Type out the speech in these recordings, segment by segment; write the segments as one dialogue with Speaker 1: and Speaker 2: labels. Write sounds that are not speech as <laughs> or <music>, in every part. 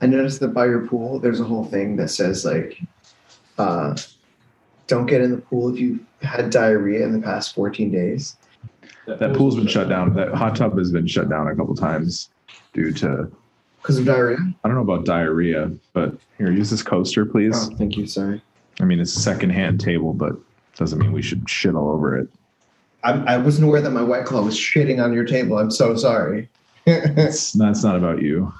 Speaker 1: I noticed that by your pool, there's a whole thing that says like, uh, "Don't get in the pool if you've had diarrhea in the past 14 days."
Speaker 2: That pool's been shut down. That hot tub has been shut down a couple times due to
Speaker 1: Because of diarrhea?
Speaker 2: I don't know about diarrhea, but here, use this coaster, please.
Speaker 1: Oh, thank you. Sorry.
Speaker 2: I mean, it's a secondhand table, but doesn't mean we should shit all over it.
Speaker 1: I, I wasn't aware that my white claw was shitting on your table. I'm so sorry. <laughs>
Speaker 2: It's that's not about you.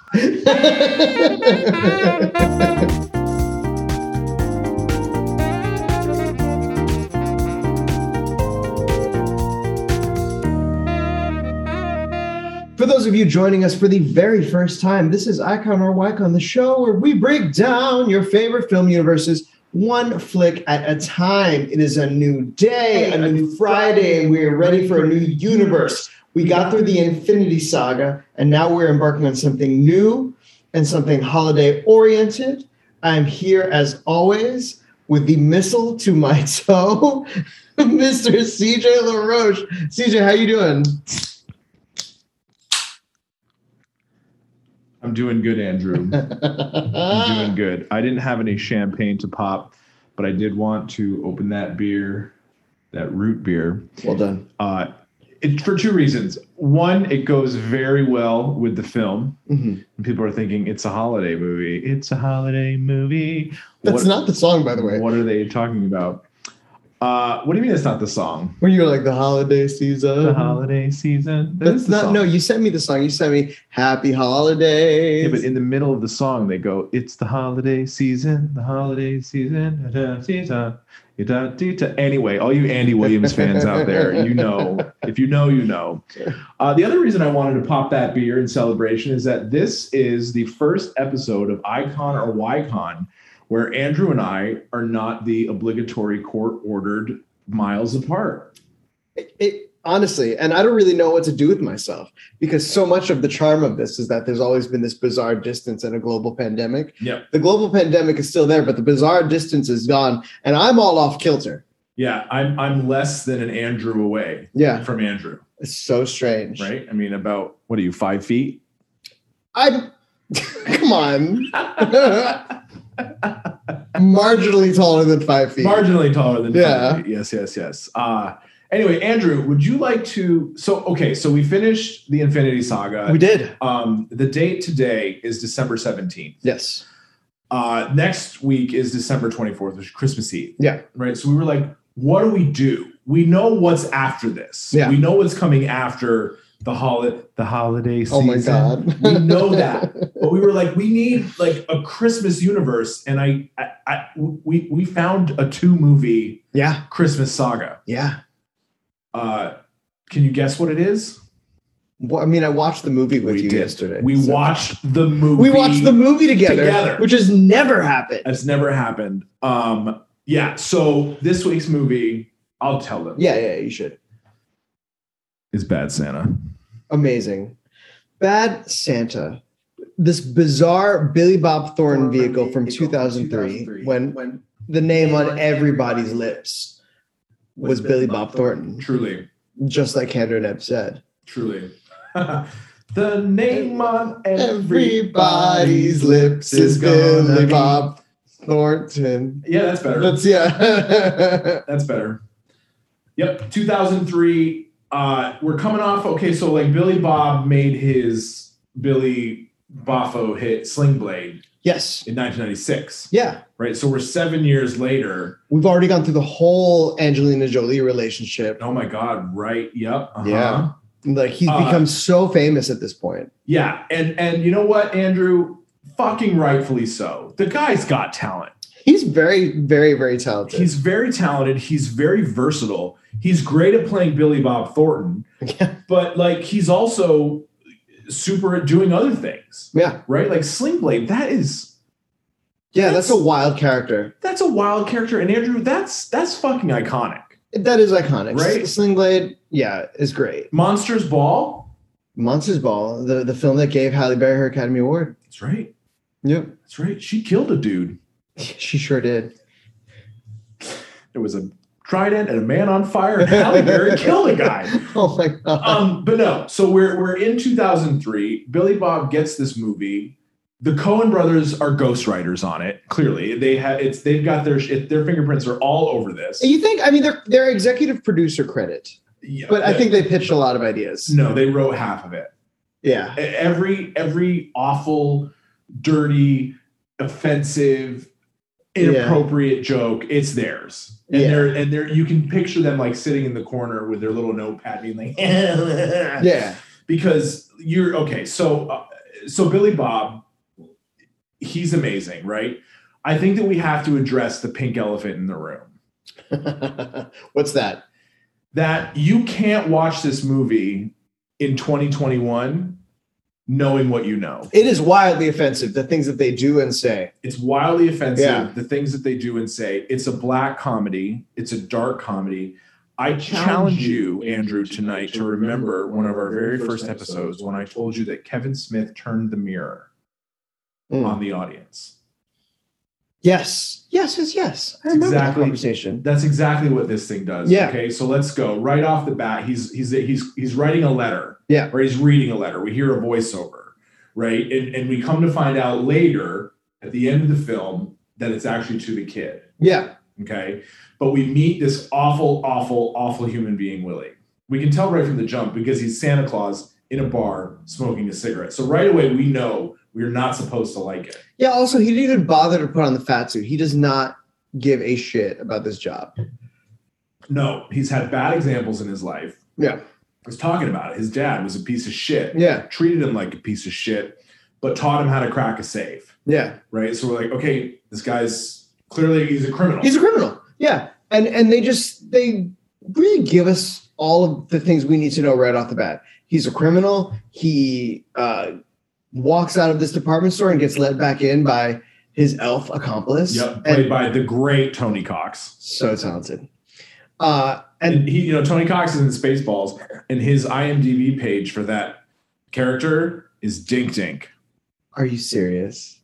Speaker 1: For those of you joining us for the very first time, this is Icon or Wycon, the show where we break down your favorite film universes one flick at a time. It is a new day, a new Friday, and we are ready for a new universe. We got through the Infinity Saga, and now we're embarking on something new and something holiday oriented. I'm here as always with the missile to my <laughs> toe, Mr. CJ LaRoche. CJ, how you doing?
Speaker 2: I'm doing
Speaker 1: <laughs>
Speaker 2: good, Andrew. I'm doing good. I didn't have any champagne to pop, but I did want to open that beer, that root beer.
Speaker 1: well done.
Speaker 2: Uh, it, for two reasons. One, it goes very well with the film.
Speaker 1: Mhm.
Speaker 2: And people are thinking it's a holiday movie. It's a holiday movie.
Speaker 1: That's not the song, by the way.
Speaker 2: What are they talking about? Uh, what do you mean it's not the song?
Speaker 1: When you're like the holiday season.
Speaker 2: The holiday season. That is
Speaker 1: Mm-hmm. That's
Speaker 2: the
Speaker 1: not
Speaker 2: song.
Speaker 1: no. You sent me the song. You sent me "Happy Holidays."
Speaker 2: Yeah, but in the middle of the song, they go, "It's the holiday season, the holiday season." da, da, dee, da, dee, da, dee, da." Anyway, all you Andy Williams fans out there, you know, if you know, you know. Uh, the other reason I wanted to pop that beer in celebration is that this is the first episode of Icon or Wycon where Andrew and I are not the obligatory court-ordered miles apart.
Speaker 1: it, it- honestly, and I don't really know what to do with myself because so much of the charm of this is that there's always been this bizarre distance and a global pandemic.
Speaker 2: Yep.
Speaker 1: The global pandemic is still there, but the bizarre distance is gone, and I'm all off kilter.
Speaker 2: Yeah, I'm I'm less than an Andrew away
Speaker 1: Yeah,
Speaker 2: from Andrew,
Speaker 1: it's so strange.
Speaker 2: right? I mean, about what are you five feet?
Speaker 1: I'm. <laughs> come on. <laughs> Marginally taller than five feet.
Speaker 2: Marginally taller than
Speaker 1: Yeah.
Speaker 2: five feet. Yes, yes, yes. Uh, anyway, Andrew, would you like to? So, okay, so we finished the Infinity Saga.
Speaker 1: we did.
Speaker 2: um, the date today is December 17th.
Speaker 1: Yes.
Speaker 2: Uh, next week is December 24th, which is Christmas Eve.
Speaker 1: Yeah.
Speaker 2: Right. So we were like, what do we do? We know what's after this.
Speaker 1: Yeah.
Speaker 2: We know what's coming after the holiday the holiday season.
Speaker 1: Oh my god.
Speaker 2: we know that but we were like we need like a christmas universe and I, I i we we found a two movie
Speaker 1: <laughs> Yeah.
Speaker 2: christmas saga
Speaker 1: Yeah.
Speaker 2: uh can you guess what it is
Speaker 1: Well, I mean, I watched the movie with
Speaker 2: We
Speaker 1: you
Speaker 2: did.
Speaker 1: yesterday.
Speaker 2: we
Speaker 1: so-
Speaker 2: watched the movie
Speaker 1: We watched the movie together,
Speaker 2: together.
Speaker 1: which has never happened.
Speaker 2: that's never happened um yeah so this week's movie i'll tell them
Speaker 1: Yeah, yeah, you should.
Speaker 2: is bad santa
Speaker 1: Amazing. Bad Santa. This bizarre Billy Bob Thornton vehicle from 2003, when the name on everybody's lips was Billy Bob Thornton,
Speaker 2: truly
Speaker 1: just like Andrew Neb said.
Speaker 2: truly <laughs> the name on
Speaker 1: Everybody's lips is Billy Bob Thornton.
Speaker 2: yeah that's better
Speaker 1: That's yeah. <laughs>
Speaker 2: That's better. Yep, 2003. Uh, we're coming off. Okay, so like Billy Bob made his Billy Boffo hit Sling Blade
Speaker 1: yes.
Speaker 2: in 1996,
Speaker 1: Yeah.
Speaker 2: right? So we're seven years later.
Speaker 1: We've already gone through the whole Angelina Jolie relationship.
Speaker 2: Oh my God! Right? Yep. uh-huh.
Speaker 1: Yeah. Like he's
Speaker 2: Uh,
Speaker 1: become so famous at this point.
Speaker 2: Yeah. And and you know what, Andrew? Fucking rightfully so. The guy's got talent.
Speaker 1: He's very, very, very talented.
Speaker 2: He's very talented. He's very versatile. He's great at playing Billy Bob Thornton,
Speaker 1: Yeah.
Speaker 2: but like he's also super at doing other things.
Speaker 1: yeah,
Speaker 2: right? Like Sling Blade, that is
Speaker 1: yeah, that's a wild character.
Speaker 2: that's a wild character, and Andrew, that's that's fucking iconic.
Speaker 1: That is iconic.
Speaker 2: Right?
Speaker 1: Sling Blade, yeah, is great.
Speaker 2: Monsters Ball,
Speaker 1: Monsters Ball, the, the film that gave Halle Berry her Academy Award.
Speaker 2: that's right,
Speaker 1: Yep,
Speaker 2: that's right. She killed a dude.
Speaker 1: <laughs> she sure did. <laughs>
Speaker 2: There was a trident and a man on fire, and
Speaker 1: <laughs>
Speaker 2: Halle Berry killed a guy.
Speaker 1: Oh my god.
Speaker 2: Um, but no, so we're we're in 2003. Billy Bob gets this movie. the Cohen brothers are ghostwriters on it. Clearly, they have it's they've got their sh- their fingerprints are all over this.
Speaker 1: You think? I mean, they're they're executive producer credit,
Speaker 2: Yeah,
Speaker 1: but I
Speaker 2: they-
Speaker 1: think they pitched a lot of ideas.
Speaker 2: no, they wrote half of it.
Speaker 1: Yeah,
Speaker 2: every every awful dirty offensive inappropriate joke it's theirs and
Speaker 1: Yeah.
Speaker 2: they're and they're you can picture them like sitting in the corner with their little notepad being like <laughs>
Speaker 1: yeah, <laughs>
Speaker 2: because you're okay so uh, so billy bob he's amazing right i think that we have to address the pink elephant in the room
Speaker 1: What's that?
Speaker 2: that you can't watch this movie in 2021 knowing what you know
Speaker 1: It is wildly offensive. The things that they do and say.
Speaker 2: It's wildly offensive.
Speaker 1: Yeah.
Speaker 2: The things that they do and say. It's a black comedy. It's a dark comedy. I challenge
Speaker 3: challenge
Speaker 2: you,
Speaker 3: you,
Speaker 2: Andrew, tonight to remember one of our very first episodes when I told you that Kevin Smith turned the mirror
Speaker 1: Mm.
Speaker 2: on the audience.
Speaker 1: Yes, yes, yes, yes. I
Speaker 2: It's
Speaker 1: remember
Speaker 2: exactly-
Speaker 1: that conversation.
Speaker 2: That's exactly what this thing does.
Speaker 1: Yeah.
Speaker 2: Okay. So let's go right off the bat. He's he's he's he's writing a letter.
Speaker 1: Yeah.
Speaker 2: Or he's reading a letter. We hear a voiceover, right? And and we come to find out later at the end of the film that it's actually to the kid.
Speaker 1: Yeah,
Speaker 2: okay but we meet this awful awful awful human being willie we can tell right from the jump because he's santa claus in a bar smoking a cigarette so right away we know we're not supposed to like it
Speaker 1: yeah. Also, he didn't even bother to put on the fat suit. He does not give a shit about this job.
Speaker 2: no he's had bad examples in his life
Speaker 1: Yeah.
Speaker 2: I was talking about it his dad was a piece of shit
Speaker 1: Yeah,
Speaker 2: treated him like a piece of shit but taught him how to crack a safe
Speaker 1: yeah.
Speaker 2: right so we're like okay this guy's clearly he's a criminal
Speaker 1: He's a criminal. Yeah, and and they just they really give us all of the things we need to know right off the bat. He's a criminal. He uh, walks out of this department store and gets led back in by his elf accomplice.
Speaker 2: yep played
Speaker 1: and
Speaker 2: by the great tony cox
Speaker 1: so talented. Uh, and
Speaker 2: and he, you know, Tony Cox is in Spaceballs, and his IMDb page for that character is Dink Dink.
Speaker 1: are you serious?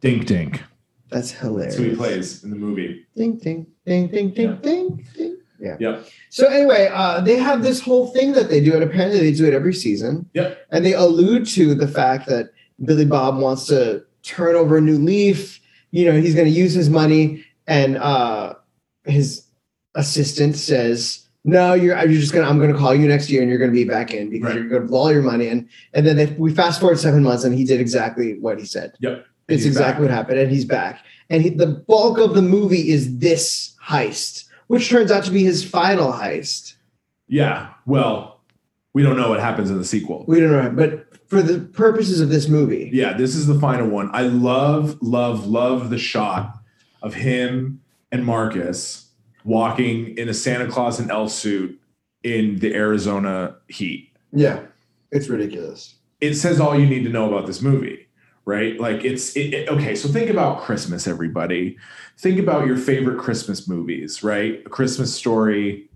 Speaker 2: Dink Dink.
Speaker 1: That's hilarious.
Speaker 2: That's who he plays in the movie.
Speaker 1: Ding, ding, ding, ding, ding,
Speaker 2: Yeah.
Speaker 1: ding, ding. Yeah.
Speaker 2: Yep.
Speaker 1: So anyway, uh, they have this whole thing that they do, and apparently they do it every season.
Speaker 2: Yep.
Speaker 1: And they allude to the fact that Billy Bob wants to turn over a new leaf. You know, he's going to use his money, and uh, his assistant says, "No, you're. You're just gonna. I'm going to call you next year, and you're going to be back in because
Speaker 2: Right.
Speaker 1: you're going to blow all your money in." And then they, we fast forward seven months, and he did exactly what he said. It's
Speaker 2: He's
Speaker 1: exactly what
Speaker 2: back.
Speaker 1: happened, and he's back. And he, the bulk of the movie is this heist, which turns out to be his final heist.
Speaker 2: Yeah. Well, we don't know what happens in the sequel.
Speaker 1: We don't know, but for the purposes of this movie,
Speaker 2: Yeah, this is the final one. I love, love, love the shot of him and Marcus walking in a Santa Claus and elf suit in the Arizona heat.
Speaker 1: yeah, it's ridiculous.
Speaker 2: it says all you need to know about this movie right like it's it, it- okay so think about christmas everybody think about your favorite christmas movies right a christmas story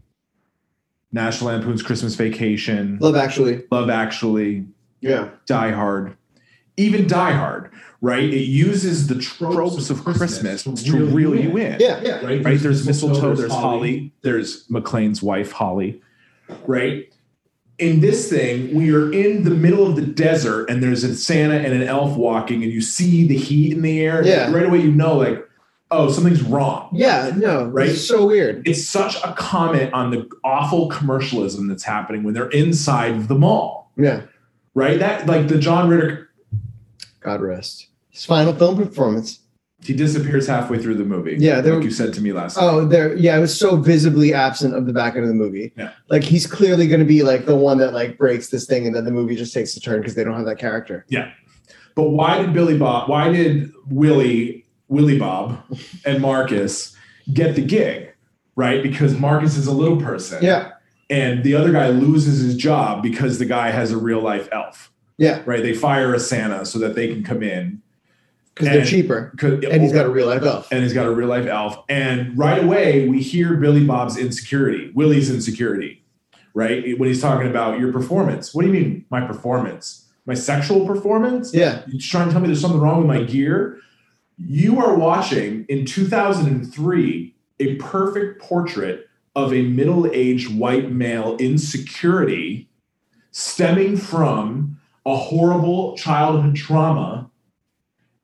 Speaker 2: national lampoon's christmas vacation
Speaker 1: Love Actually,
Speaker 2: love actually
Speaker 1: yeah,
Speaker 2: die hard even die hard right it uses the tropes of christmas to reel you in
Speaker 1: yeah, yeah,
Speaker 3: Right?
Speaker 2: right? There's mistletoe, there's holly, there's McLean's wife, Holly, right? In this thing, we are in the middle of the desert and there's a Santa and an elf walking, and you see the heat in the air.
Speaker 1: Yeah.
Speaker 2: Right away, you know, like, oh, something's wrong.
Speaker 1: yeah. No,
Speaker 2: Right?
Speaker 1: It's so weird.
Speaker 2: It's such a comment on the awful commercialism that's happening when they're inside the mall,
Speaker 1: Yeah,
Speaker 2: right? That, like, the John Ritter,
Speaker 1: God rest his final film performance.
Speaker 2: he disappears halfway through the movie.
Speaker 1: Yeah, there-
Speaker 2: Like you said to me last night.
Speaker 1: Oh, there, yeah, it was so visibly absent of the back end of the movie.
Speaker 2: Yeah.
Speaker 1: Like he's clearly going to be like the one that like breaks this thing, and then the movie just takes a turn because they don't have that character.
Speaker 2: But why did Billy Bob? Why did Willie Willie Bob and Marcus get the gig? Right, because Marcus is a little person,
Speaker 1: Yeah,
Speaker 2: and the other guy loses his job because the guy has a real life elf.
Speaker 1: Yeah.
Speaker 2: right. They fire a Santa so that they can come in,
Speaker 1: because they're
Speaker 2: And-
Speaker 1: cheaper.
Speaker 2: 'cause-
Speaker 1: and he's got a real life elf.
Speaker 2: and he's got a real life elf. And right away, we hear Billy Bob's insecurity, Willie's insecurity, right? When he's talking about your performance. What do you mean, my performance? My sexual performance?
Speaker 1: Yeah,
Speaker 2: you're trying to tell me there's something wrong with my gear. You are watching in 2003 a perfect portrait of a middle aged white male insecurity stemming from a horrible childhood trauma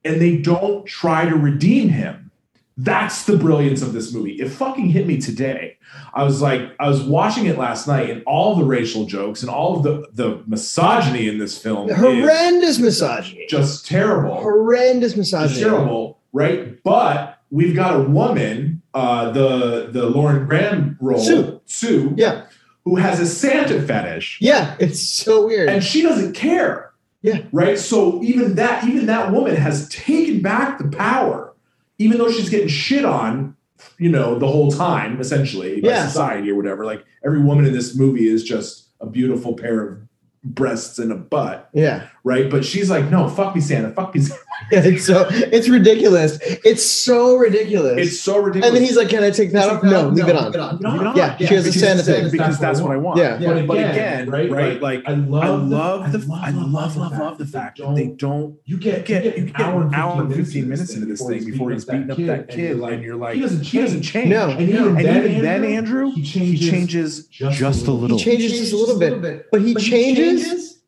Speaker 2: and they don't try to redeem him. That's the brilliance of this movie. It fucking hit me today. I was like, I was watching it last night, and all the racial jokes and all of the the misogyny in this film is
Speaker 1: Horrendous misogyny.
Speaker 2: just terrible.
Speaker 1: Horrendous
Speaker 2: Just
Speaker 1: misogyny.
Speaker 2: terrible, right? But we've got a woman, uh, the the Lauren Graham role,
Speaker 1: Sue.
Speaker 2: Sue
Speaker 1: Yeah.
Speaker 2: who has a Santa fetish,
Speaker 1: Yeah. It's so weird.
Speaker 2: and she doesn't care.
Speaker 1: Yeah.
Speaker 2: Right. So even that, even that woman has taken back the power, even though she's getting shit on, you know, the whole time, essentially by
Speaker 1: Yeah.
Speaker 2: society or whatever. Like every woman in this movie is just a beautiful pair of breasts and a butt,
Speaker 1: yeah. <laughs>
Speaker 2: right? But she's like, no, fuck me, Santa, fuck me. Santa.
Speaker 1: It's so it's ridiculous. It's so ridiculous.
Speaker 2: It's so ridiculous.
Speaker 1: and then he's like, Can I take that off? No, leave it on.
Speaker 2: Leave it
Speaker 1: Yeah,
Speaker 2: on.
Speaker 1: she has a
Speaker 2: because-
Speaker 1: Santa fetish.
Speaker 2: because that's what I want.
Speaker 1: Yeah.
Speaker 3: Yeah.
Speaker 2: But, but again, right? right? Like
Speaker 3: I love,
Speaker 2: I love the I love love
Speaker 3: fact
Speaker 2: love the fact
Speaker 3: don't-
Speaker 2: that they don't
Speaker 3: you get
Speaker 2: get you
Speaker 3: an
Speaker 2: get an hour and fifteen minutes
Speaker 3: minutes
Speaker 2: into this thing before he's beating up that kid, and you're like
Speaker 3: he doesn't
Speaker 2: he doesn't change.
Speaker 1: No.
Speaker 3: and even
Speaker 2: And even
Speaker 3: then,
Speaker 2: then,
Speaker 3: Andrew,
Speaker 2: Andrew,
Speaker 3: he
Speaker 2: he changes
Speaker 3: changes, just,
Speaker 2: just a little.
Speaker 1: He changes just a little bit. But he
Speaker 3: But he
Speaker 1: changes.
Speaker 3: changes?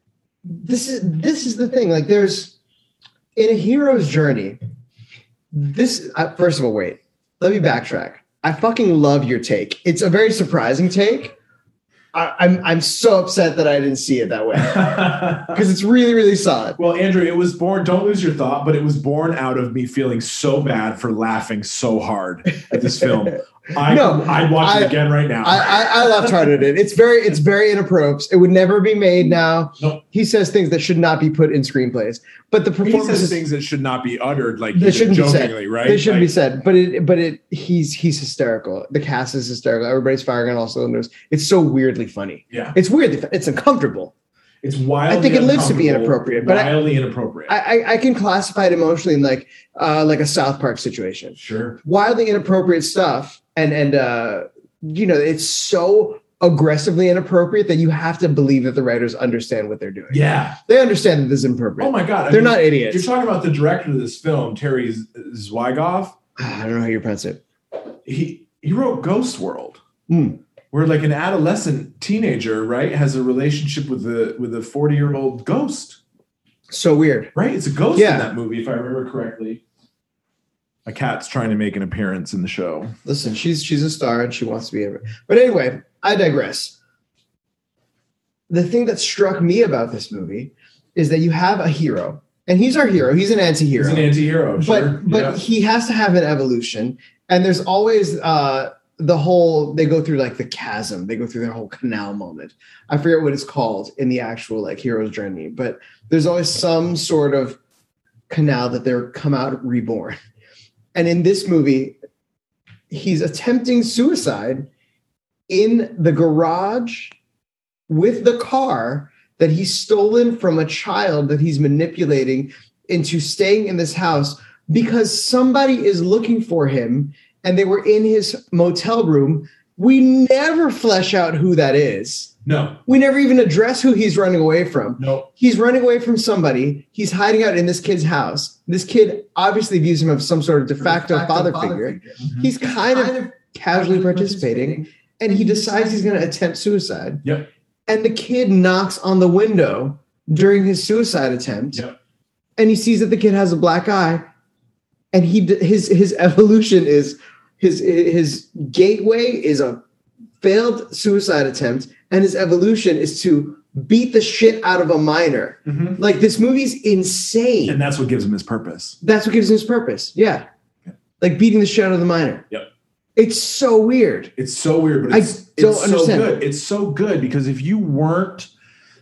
Speaker 1: This is this is the thing. Like there's in a hero's journey. This uh, first of all, wait. Let me backtrack. I fucking love your take. It's a very surprising take. I, I'm I'm so upset that I didn't see it that way
Speaker 2: <laughs>
Speaker 1: because it's really really solid.
Speaker 2: well, Andrew, it was born. Don't lose your thought, but it was born out of me feeling so bad for laughing so hard at this
Speaker 1: <laughs>
Speaker 2: film. I
Speaker 1: No,
Speaker 2: I'd watch
Speaker 1: I-
Speaker 2: it again right now.
Speaker 1: I, I, I laughed hard at it. It's very, it's very inappropriate. It would never be made now.
Speaker 2: Nope.
Speaker 1: He says things that should not be put in screenplays, but the
Speaker 2: he
Speaker 1: performance
Speaker 2: says
Speaker 1: is
Speaker 2: things that should not be uttered, like
Speaker 1: They
Speaker 2: he did
Speaker 1: shouldn't be said.
Speaker 2: jokingly, right?
Speaker 1: They shouldn't be
Speaker 2: Like,
Speaker 1: said, but it, but it, he's he's hysterical. The cast is hysterical. Everybody's firing on all cylinders. It's so weirdly funny.
Speaker 2: Yeah,
Speaker 1: It's weirdly, fu- it's uncomfortable.
Speaker 2: it's wild.
Speaker 1: I think it lives to be inappropriate, but I-
Speaker 2: wildly inappropriate.
Speaker 1: I, I, I can classify it emotionally in like uh, like a South Park situation.
Speaker 2: sure.
Speaker 1: Wildly inappropriate stuff, and and uh, you know it's so aggressively inappropriate that you have to believe that the writers understand what they're doing.
Speaker 2: Yeah.
Speaker 1: They understand that this is inappropriate.
Speaker 2: Oh my god. I
Speaker 1: they're
Speaker 2: mean,
Speaker 1: not
Speaker 2: You're
Speaker 1: idiots.
Speaker 2: talking about the director of this film, Terry Z- Zwigoff.
Speaker 1: <sighs> I don't know how you pronounce it.
Speaker 2: He he wrote Ghost World,
Speaker 1: Hmm.
Speaker 2: where like an adolescent teenager, right, has a relationship with a with a 40 year old ghost.
Speaker 1: So weird.
Speaker 2: Right? It's a ghost
Speaker 1: Yeah.
Speaker 2: in that movie, if I remember correctly. A cat's trying to make an appearance in the show.
Speaker 1: Listen, she's she's a star and she wants to be every. But anyway, I digress. The thing that struck me about this movie is that you have a hero, and he's our hero. He's an
Speaker 2: He's
Speaker 1: anti-hero,
Speaker 2: an anti-hero, sure.
Speaker 1: but but he has to have an evolution. And there's always uh, the whole they go through like the chasm. They go through their whole canal moment. I forget what it's called in the actual like hero's journey, but there's always some sort of canal that they're come out reborn. And in this movie, he's attempting suicide in the garage with the car that he's stolen from a child that he's manipulating into staying in this house because somebody is looking for him and they were in his motel room. We never flesh out who that is.
Speaker 2: no,
Speaker 1: We never even address who he's running away from
Speaker 2: no.
Speaker 1: he's running away from somebody. He's hiding out in this kid's house. This kid obviously views him as some sort of de facto, father, figure. He's kind, of, casually participating, and he decides he's going to attempt suicide.
Speaker 2: Yep.
Speaker 1: And the kid knocks on the window during his suicide attempt,
Speaker 2: Yep.
Speaker 1: and he sees that the kid has a black eye, and he d- his his evolution is his his gateway is a failed suicide attempt, and his evolution is to beat the shit out of a minor.
Speaker 2: Mhm.
Speaker 1: Like this movie's insane.
Speaker 2: And that's what gives him his purpose.
Speaker 1: That's what gives him his purpose. Yeah. Like beating the shit out of the minor.
Speaker 2: Yep.
Speaker 1: It's so weird.
Speaker 2: It's so weird, but
Speaker 1: I
Speaker 2: it's,
Speaker 1: don't
Speaker 2: it's
Speaker 1: understand.
Speaker 2: so good. It's so good because if you weren't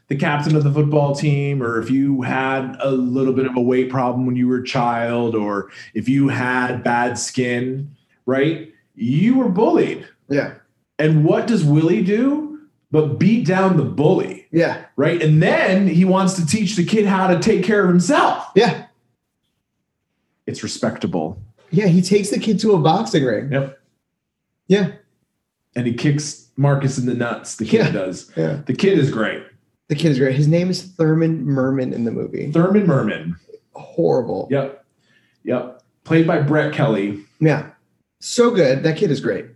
Speaker 2: the captain of the football team, or if you had a little bit of a weight problem when you were a child, or if you had bad skin, right? You were bullied.
Speaker 1: Yeah.
Speaker 2: And what does Willie do? But beat down the bully,
Speaker 1: Yeah.
Speaker 2: right? And then he wants to teach the kid how to take care of himself.
Speaker 1: Yeah.
Speaker 2: It's respectable.
Speaker 1: Yeah. He takes the kid to a boxing ring.
Speaker 2: Yep.
Speaker 1: Yeah.
Speaker 2: And he kicks Marcus in the nuts, the kid
Speaker 1: Yeah.
Speaker 2: does.
Speaker 1: Yeah.
Speaker 2: The kid is great.
Speaker 1: The kid is great. His name is Thurman Merman in the movie.
Speaker 2: Thurman Merman.
Speaker 1: Horrible.
Speaker 2: Yep. Yep. Played by Brett Kelly.
Speaker 1: Yeah. So good. That kid is great.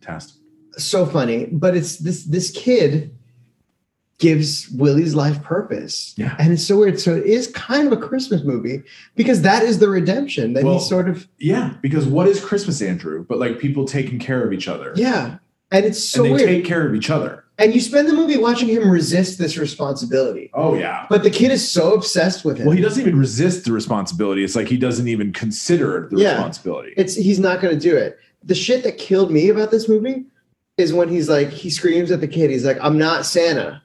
Speaker 2: Fantastic.
Speaker 1: So funny. But it's this this kid gives Willie's life purpose.
Speaker 2: Yeah.
Speaker 1: And it's so weird. So it is kind of a Christmas movie because that is the redemption that
Speaker 2: Well-
Speaker 1: he sort of
Speaker 2: Yeah, because what is Christmas, Andrew? But like people taking care of each other.
Speaker 1: yeah. And it's so
Speaker 2: and they
Speaker 1: weird.
Speaker 2: take care of each other.
Speaker 1: and you spend the movie watching him resist this responsibility.
Speaker 2: Oh yeah.
Speaker 1: But the kid is so obsessed with him.
Speaker 2: Well, he doesn't even resist the responsibility. It's like he doesn't even consider the
Speaker 1: Yeah.
Speaker 2: responsibility.
Speaker 1: it's he's not going to do it. The shit that killed me about this movie is when he's like he screams at the kid. He's like, "I'm not Santa,"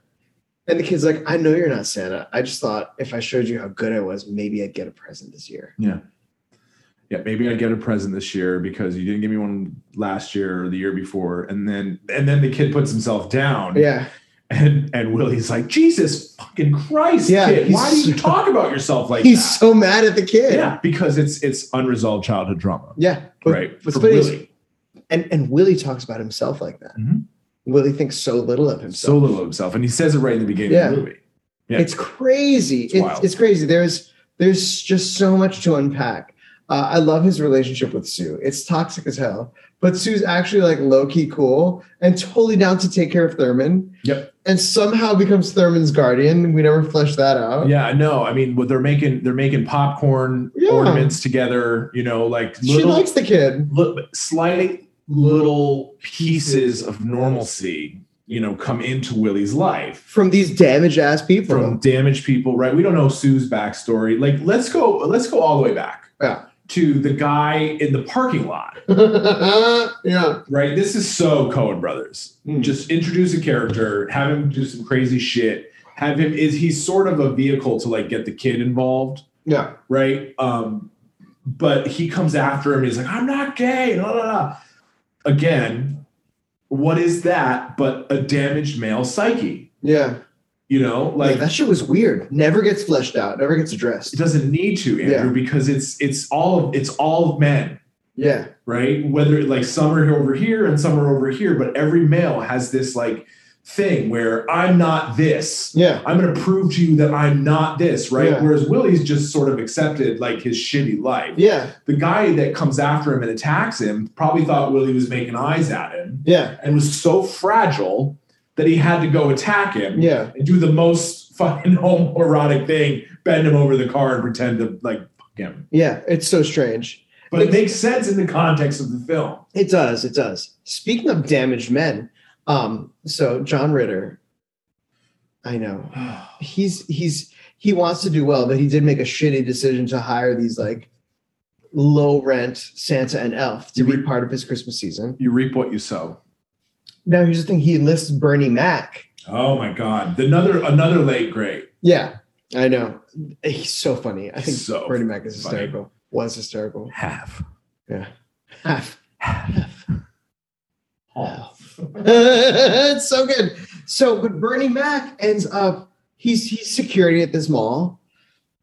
Speaker 1: and the kid's like, "I know you're not Santa. I just thought if I showed you how good I was, maybe I'd get a present this year."
Speaker 2: yeah, maybe I'd get a present this year because you didn't give me one last year or the year before. And then and then the kid puts himself down.
Speaker 1: Yeah,
Speaker 2: And and Willie's like, Jesus fucking Christ,
Speaker 1: Yeah,
Speaker 2: kid, why
Speaker 1: he's-
Speaker 2: do you talk about yourself like
Speaker 1: he's
Speaker 2: that?
Speaker 1: so mad at the kid.
Speaker 2: yeah, because it's it's unresolved childhood drama.
Speaker 1: yeah. But-
Speaker 2: right.
Speaker 1: But
Speaker 2: for
Speaker 1: Spitty is-
Speaker 2: Willie.
Speaker 1: and and Willie talks about himself like that.
Speaker 2: Mhm.
Speaker 1: Willie thinks so little of himself.
Speaker 2: so little of himself. And he says it right in the beginning
Speaker 1: Yeah.
Speaker 2: of the movie. Yeah.
Speaker 1: It's crazy. It's, it's,
Speaker 2: wild.
Speaker 1: crazy. There's there's just so much to unpack. Uh, I love his relationship with Sue. It's toxic as hell, but Sue's actually like low key cool and totally down to take care of Thurman.
Speaker 2: Yep.
Speaker 1: And somehow becomes Thurman's guardian. We never flesh that out.
Speaker 2: Yeah, no, I mean, what they're making, they're making popcorn
Speaker 1: Yeah.
Speaker 2: ornaments together. You know, like
Speaker 1: She
Speaker 2: little,
Speaker 1: likes the kid.
Speaker 2: li- slight little pieces of normalcy. You know, come into Willie's life
Speaker 1: From these damaged ass people.
Speaker 2: from damaged people. Right? We don't know Sue's backstory. Like, let's go, let's go all the way back
Speaker 1: Yeah.
Speaker 2: to the guy in the parking lot.
Speaker 1: <laughs> yeah.
Speaker 2: Right? This is so Cohen Brothers.
Speaker 1: Hmm.
Speaker 2: Just introduce a character, have him do some crazy shit. Have him is he's sort of a vehicle to like get the kid involved.
Speaker 1: Yeah.
Speaker 2: right? Um, but he comes after him. He's like, "I'm not gay." La, la, la. Again, what is that? But a damaged male psyche.
Speaker 1: Yeah.
Speaker 2: You know,
Speaker 1: Like
Speaker 2: like
Speaker 1: that shit was weird. Never gets fleshed out. Never gets addressed.
Speaker 2: it doesn't need to, Andrew, because it's it's all of it's all of men,
Speaker 1: Yeah.
Speaker 2: right? Whether like some are over here and some are over here, but every male has this like thing where I'm not this.
Speaker 1: Yeah.
Speaker 2: I'm going to prove to you that I'm not this, right?
Speaker 1: Yeah.
Speaker 2: Whereas Willie's just sort of accepted like his shitty life.
Speaker 1: Yeah.
Speaker 2: the guy that comes after him and attacks him probably thought Willie was making eyes at him
Speaker 1: Yeah.
Speaker 2: and was so fragile that he had to go attack him
Speaker 1: Yeah.
Speaker 2: and do the most <laughs> fucking homoerotic thing, bend him over the car and pretend to like fuck him.
Speaker 1: Yeah, it's so strange.
Speaker 2: But it makes sense in the context of the film.
Speaker 1: It does. It does. Speaking of damaged men, um, so John Ritter, I know he's he's he wants to do well, but he did make a shitty decision to hire these like low rent Santa and Elf to be part of his Christmas season.
Speaker 2: <sighs> You reap what you sow.
Speaker 1: Now here's the thing: he enlists Bernie Mac.
Speaker 2: Oh my god. Another another late great.
Speaker 1: Yeah, I know. He's so funny. I think
Speaker 2: So
Speaker 1: Bernie Mac is
Speaker 2: funny.
Speaker 1: hysterical. Was hysterical.
Speaker 2: Half.
Speaker 1: Half. <laughs>
Speaker 2: Half.
Speaker 1: it's so good. So, but Bernie Mac ends up he's he's security at this mall,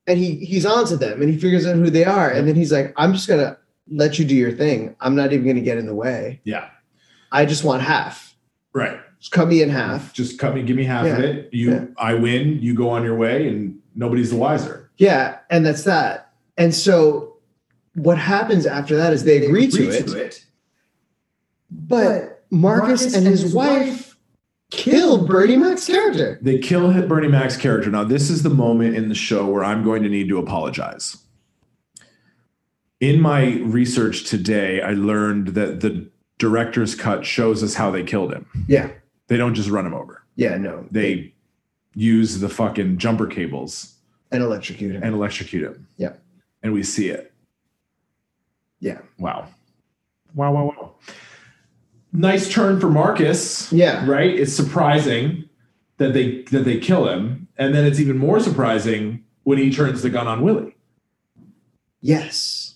Speaker 1: and he he's onto them, and he figures out who they are, and then he's like, "I'm just gonna let you do your thing. I'm not even gonna get in the way.
Speaker 2: Yeah.
Speaker 1: I just want half.
Speaker 2: Right.
Speaker 1: Just cut me in half."
Speaker 2: Just come and give me half of
Speaker 1: Yeah.
Speaker 2: it. You
Speaker 1: Yeah.
Speaker 2: I win, you go on your way, and nobody's the wiser.
Speaker 1: Yeah, and that's that. And so, what happens after that is they agree to it,
Speaker 2: it.
Speaker 1: but Marcus, and his, wife kill Bernie Mac's character.
Speaker 2: They kill hit Bernie Mac's character. Now, this is the moment in the show where I'm going to need to apologize. In my research today, I learned that the director's cut shows us how they killed him.
Speaker 1: Yeah,
Speaker 2: They don't just run him over.
Speaker 1: yeah, no,
Speaker 2: They use the fucking jumper cables
Speaker 1: and electrocute him.
Speaker 2: and electrocute him.
Speaker 1: Yeah.
Speaker 2: And we see it.
Speaker 1: Yeah.
Speaker 2: Wow. Wow, wow, wow. Nice turn for Marcus.
Speaker 1: Yeah.
Speaker 2: Right? It's surprising that they that they kill him. And then it's even more surprising when he turns the gun on Willie.
Speaker 1: Yes.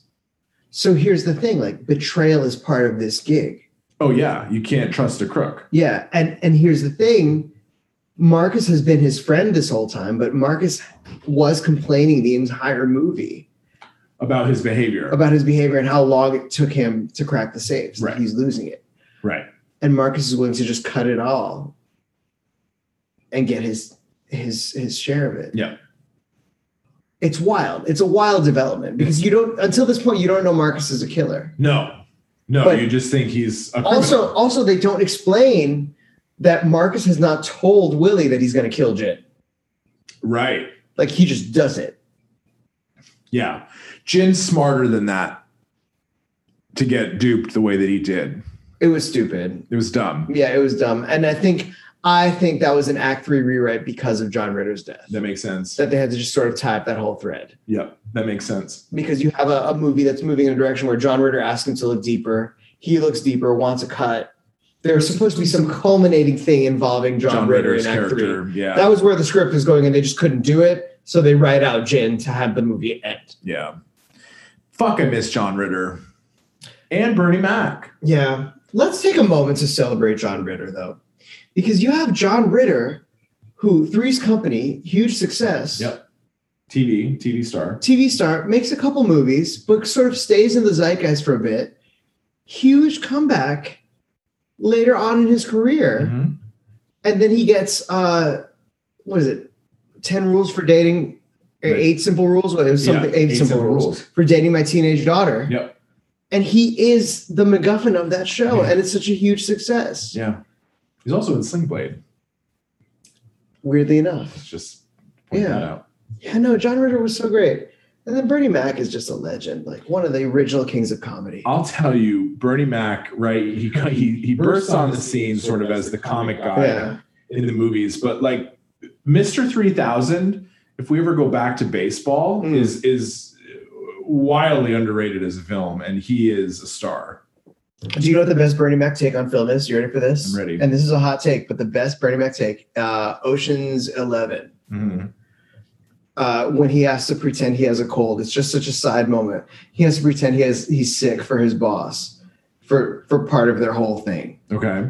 Speaker 1: So here's the thing like betrayal is part of this gig.
Speaker 2: Oh yeah, you can't trust a crook.
Speaker 1: Yeah, and and here's the thing Marcus has been his friend this whole time, but Marcus was complaining the entire movie
Speaker 2: About his behavior.
Speaker 1: about his behavior and how long it took him to crack the safes. Like,
Speaker 2: Right.
Speaker 1: He's losing it.
Speaker 2: right.
Speaker 1: And Marcus is willing to just cut it all and get his his his share of it.
Speaker 2: Yeah.
Speaker 1: It's wild. It's a wild development because you don't until this point you don't know Marcus is a killer.
Speaker 2: No. No,
Speaker 1: But-
Speaker 2: you just think he's a criminal.
Speaker 1: also also they don't explain that Marcus has not told Willie that he's going to kill Jin.
Speaker 2: Right.
Speaker 1: Like he just does it.
Speaker 2: Yeah. Jin's smarter than that to get duped the way that he did.
Speaker 1: It was stupid.
Speaker 2: It was dumb.
Speaker 1: Yeah, it was dumb. And I think I think that was an Act Three rewrite because of John Ritter's death.
Speaker 2: That makes sense.
Speaker 1: That they had to just sort of tie up that whole thread
Speaker 2: Yep. That makes sense.
Speaker 1: because you have a, a movie that's moving in a direction where John Ritter asks him to look deeper. He looks deeper, wants a cut. There's supposed to be some culminating thing involving John, Ritter in Act Three.
Speaker 2: Yeah.
Speaker 1: That was where the script was going, and they just couldn't do it. So they write out Jin to have the movie end.
Speaker 2: yeah. Fuck, I miss John Ritter and Bernie Mac.
Speaker 1: Yeah. Let's take a moment to celebrate John Ritter, though, because you have John Ritter, who Three's Company, huge success,
Speaker 2: Yep. TV, TV star.
Speaker 1: TV star, makes a couple movies, but sort of stays in the zeitgeist for a bit. Huge comeback later on in his career.
Speaker 2: Mhm.
Speaker 1: And then he gets, uh, what is it, 10 rules for dating, or
Speaker 2: Right.
Speaker 1: eight simple rules? Well, it was
Speaker 2: Yeah,
Speaker 1: something, eight,
Speaker 2: Eight
Speaker 1: simple,
Speaker 2: Simple
Speaker 1: rules,
Speaker 2: Rules.
Speaker 1: for dating my teenage daughter.
Speaker 2: Yep.
Speaker 1: And he is the MacGuffin of that show,
Speaker 2: Yeah.
Speaker 1: and it's such a huge success.
Speaker 2: Yeah. He's also in Sling Blade.
Speaker 1: weirdly enough.
Speaker 2: Let's just point
Speaker 1: Yeah.
Speaker 2: that out.
Speaker 1: Yeah, no, John Ritter was so great. And then Bernie Mac is just a legend, like one of the original kings of comedy.
Speaker 2: I'll tell you, Bernie Mac, right? He <laughs> he, he bursts on the scene sort of as the comic guy
Speaker 1: Yeah.
Speaker 2: in the movies, but like Mr. Three Thousand, if we ever go back to baseball,
Speaker 1: Mm.
Speaker 2: is is wildly underrated as a film, and he is a star.
Speaker 1: Do you know what the best Bernie Mac take on film is? You ready for this?
Speaker 2: I'm ready.
Speaker 1: And this is a hot take, but the best Bernie Mac take, uh, Ocean's Eleven,
Speaker 2: Mm-hmm.
Speaker 1: uh, when he has to pretend he has a cold. It's just such a side moment. He has to pretend he has he's sick for his boss, for for part of their whole thing.
Speaker 2: Okay,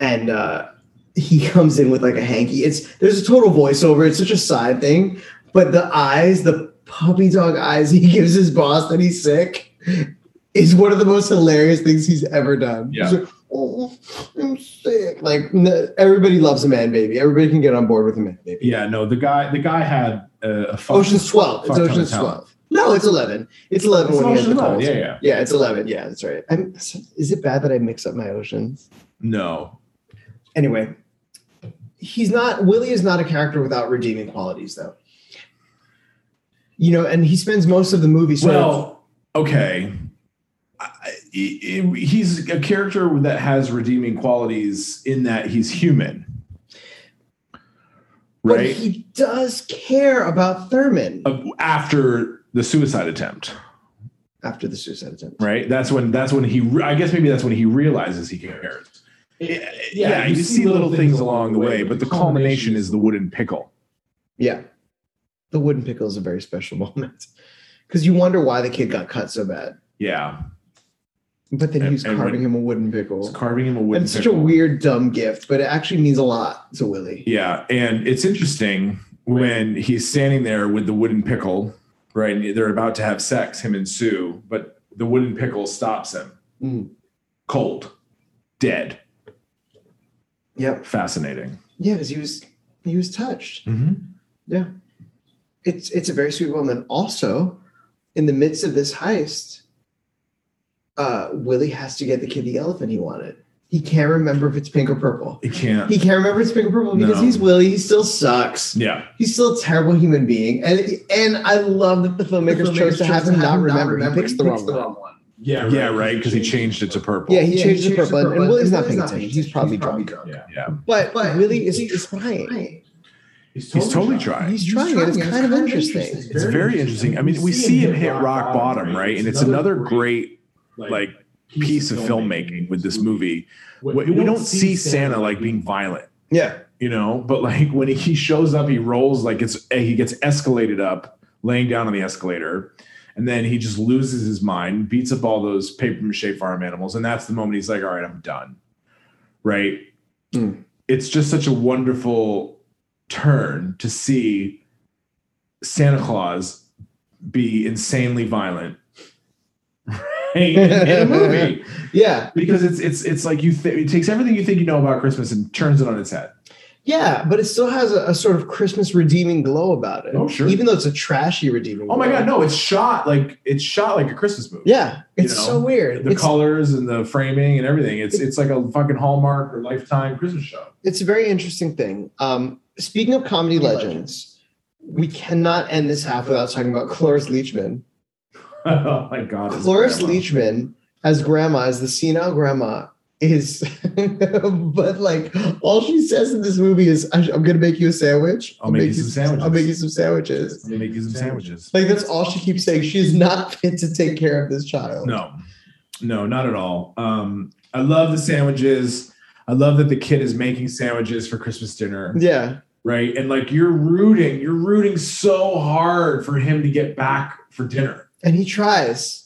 Speaker 1: and uh, he <laughs> comes in with like a hanky. It's there's a total voiceover. It's such a side thing, but the eyes, the puppy dog eyes he <laughs> gives his boss that he's sick, is one of the most hilarious things he's ever done.
Speaker 2: Yeah.
Speaker 1: He's like, oh, I'm sick. Like n- everybody loves a man baby. Everybody can get on board with a man baby.
Speaker 2: yeah, no, the guy the guy had a, a fuck-
Speaker 1: Ocean's Twelve. It's
Speaker 2: fuck ton of
Speaker 1: Ocean's
Speaker 2: talent.
Speaker 1: Twelve. No, it's eleven. It's eleven
Speaker 2: It's
Speaker 1: when he has
Speaker 2: Ocean's
Speaker 1: the
Speaker 2: Eleven,
Speaker 1: cold.
Speaker 2: Yeah, yeah.
Speaker 1: Yeah, it's eleven. Yeah, that's right. I'm, is it bad that I mix up my oceans?
Speaker 2: No,
Speaker 1: anyway, he's not Willie is not a character without redeeming qualities, though. You know, and he spends most of the movie sort of
Speaker 2: well, okay. I- I- he's a character that has redeeming qualities in that he's human,
Speaker 1: but
Speaker 2: right?
Speaker 1: he does care about Thurman
Speaker 2: Uh, After the suicide attempt,
Speaker 1: after the suicide attempt.
Speaker 2: right? That's when that's when he. re- I guess maybe that's when he realizes he cares. Yeah, yeah, you, see little things along the way, but the culmination is the wooden pickle.
Speaker 1: Yeah. The wooden pickle is a very special <laughs> moment. Because you wonder why the kid got cut so bad.
Speaker 2: Yeah,
Speaker 1: But then
Speaker 2: And-
Speaker 1: he's
Speaker 2: and
Speaker 1: carving
Speaker 2: when-
Speaker 1: him a wooden pickle.
Speaker 2: it's carving him a
Speaker 1: And
Speaker 2: wooden.
Speaker 1: it's such a
Speaker 2: pickle.
Speaker 1: weird, dumb gift, but it actually means a lot to Willie.
Speaker 2: Yeah, and it's interesting when he's standing there with the wooden pickle, right? and They're about to have sex, him and Sue, but the wooden pickle stops him.
Speaker 1: Mm.
Speaker 2: Cold, dead.
Speaker 1: Yep.
Speaker 2: Fascinating.
Speaker 1: Yeah, because he was he was touched.
Speaker 2: Mm-hmm.
Speaker 1: Yeah. It's it's a very sweet woman. Also, in the midst of this heist, uh, Willie has to get the kid the elephant he wanted. He can't remember if it's pink or purple.
Speaker 2: He can't.
Speaker 1: He can't remember if it's pink or purple because
Speaker 2: No.
Speaker 1: he's Willie. He still sucks.
Speaker 2: yeah,
Speaker 1: He's still a terrible human being. And and I love that the filmmakers, chose to have him not remember. He picks the wrong one.
Speaker 2: yeah, yeah, right. Because he changed it to purple.
Speaker 1: Yeah, he
Speaker 3: Yeah,
Speaker 1: changed
Speaker 3: he
Speaker 1: the
Speaker 3: changed
Speaker 1: purple,
Speaker 3: the
Speaker 1: and- and
Speaker 3: purple,
Speaker 1: Willie's
Speaker 3: and
Speaker 1: not
Speaker 3: Willie's
Speaker 1: paying
Speaker 3: not
Speaker 1: attention.
Speaker 3: paying
Speaker 1: He's
Speaker 3: attention.
Speaker 1: probably
Speaker 3: He's probably
Speaker 1: drunk.
Speaker 2: yeah,
Speaker 1: But,
Speaker 3: But
Speaker 1: Willie is,
Speaker 3: he's
Speaker 1: is trying.
Speaker 3: He's
Speaker 2: He's totally tried.
Speaker 1: He's trying. and It's kind of interesting.
Speaker 2: it's very interesting. I mean, we see him hit rock bottom, right? And it's another great like piece of filmmaking with this movie. We, we don't see Santa like being violent.
Speaker 1: Yeah.
Speaker 2: you know but like when he shows up he rolls like it's eh, he gets escalated up laying down on the escalator and then he just loses his mind beats up all those paper mache farm animals and that's the moment he's like all right i'm done right
Speaker 1: Mm.
Speaker 2: it's just such a wonderful turn to see santa claus be insanely violent right? in, in a movie
Speaker 1: Yeah.
Speaker 2: because it's it's it's like you th- it takes everything you think you know about christmas and turns it on its head
Speaker 1: Yeah, but it still has a, a sort of Christmas redeeming glow about it.
Speaker 2: Oh, sure.
Speaker 1: Even though it's a trashy redeeming.
Speaker 2: Oh my
Speaker 1: glow.
Speaker 2: god, no! It's shot like it's shot like a Christmas movie.
Speaker 1: Yeah, it's
Speaker 2: You know,
Speaker 1: so weird.
Speaker 2: the
Speaker 1: it's,
Speaker 2: colors and the framing and everything. It's it's like a fucking Hallmark or Lifetime Christmas show. <laughs>
Speaker 1: it's a very interesting thing. Um, speaking of comedy
Speaker 2: Comedy
Speaker 1: legends, we cannot end this half without talking about Cloris Leachman.
Speaker 2: oh my god, his
Speaker 1: Cloris
Speaker 2: grandma.
Speaker 1: Leachman as grandma, as the senile grandma, is. <laughs> but like, all she says in this movie is, "I- "I'm going to make you a sandwich.
Speaker 2: I'll make you some sandwiches.
Speaker 1: I'll make you some sandwiches."
Speaker 2: Let me make you some sandwiches.
Speaker 1: Like that's all she keeps saying. She is not <laughs> fit to take care of this child.
Speaker 2: No, no, not at all. Um, I love the sandwiches. I love that the kid is making sandwiches for Christmas dinner,
Speaker 1: Yeah.
Speaker 2: right? And like you're rooting, you're rooting so hard for him to get back for dinner.
Speaker 1: And he tries.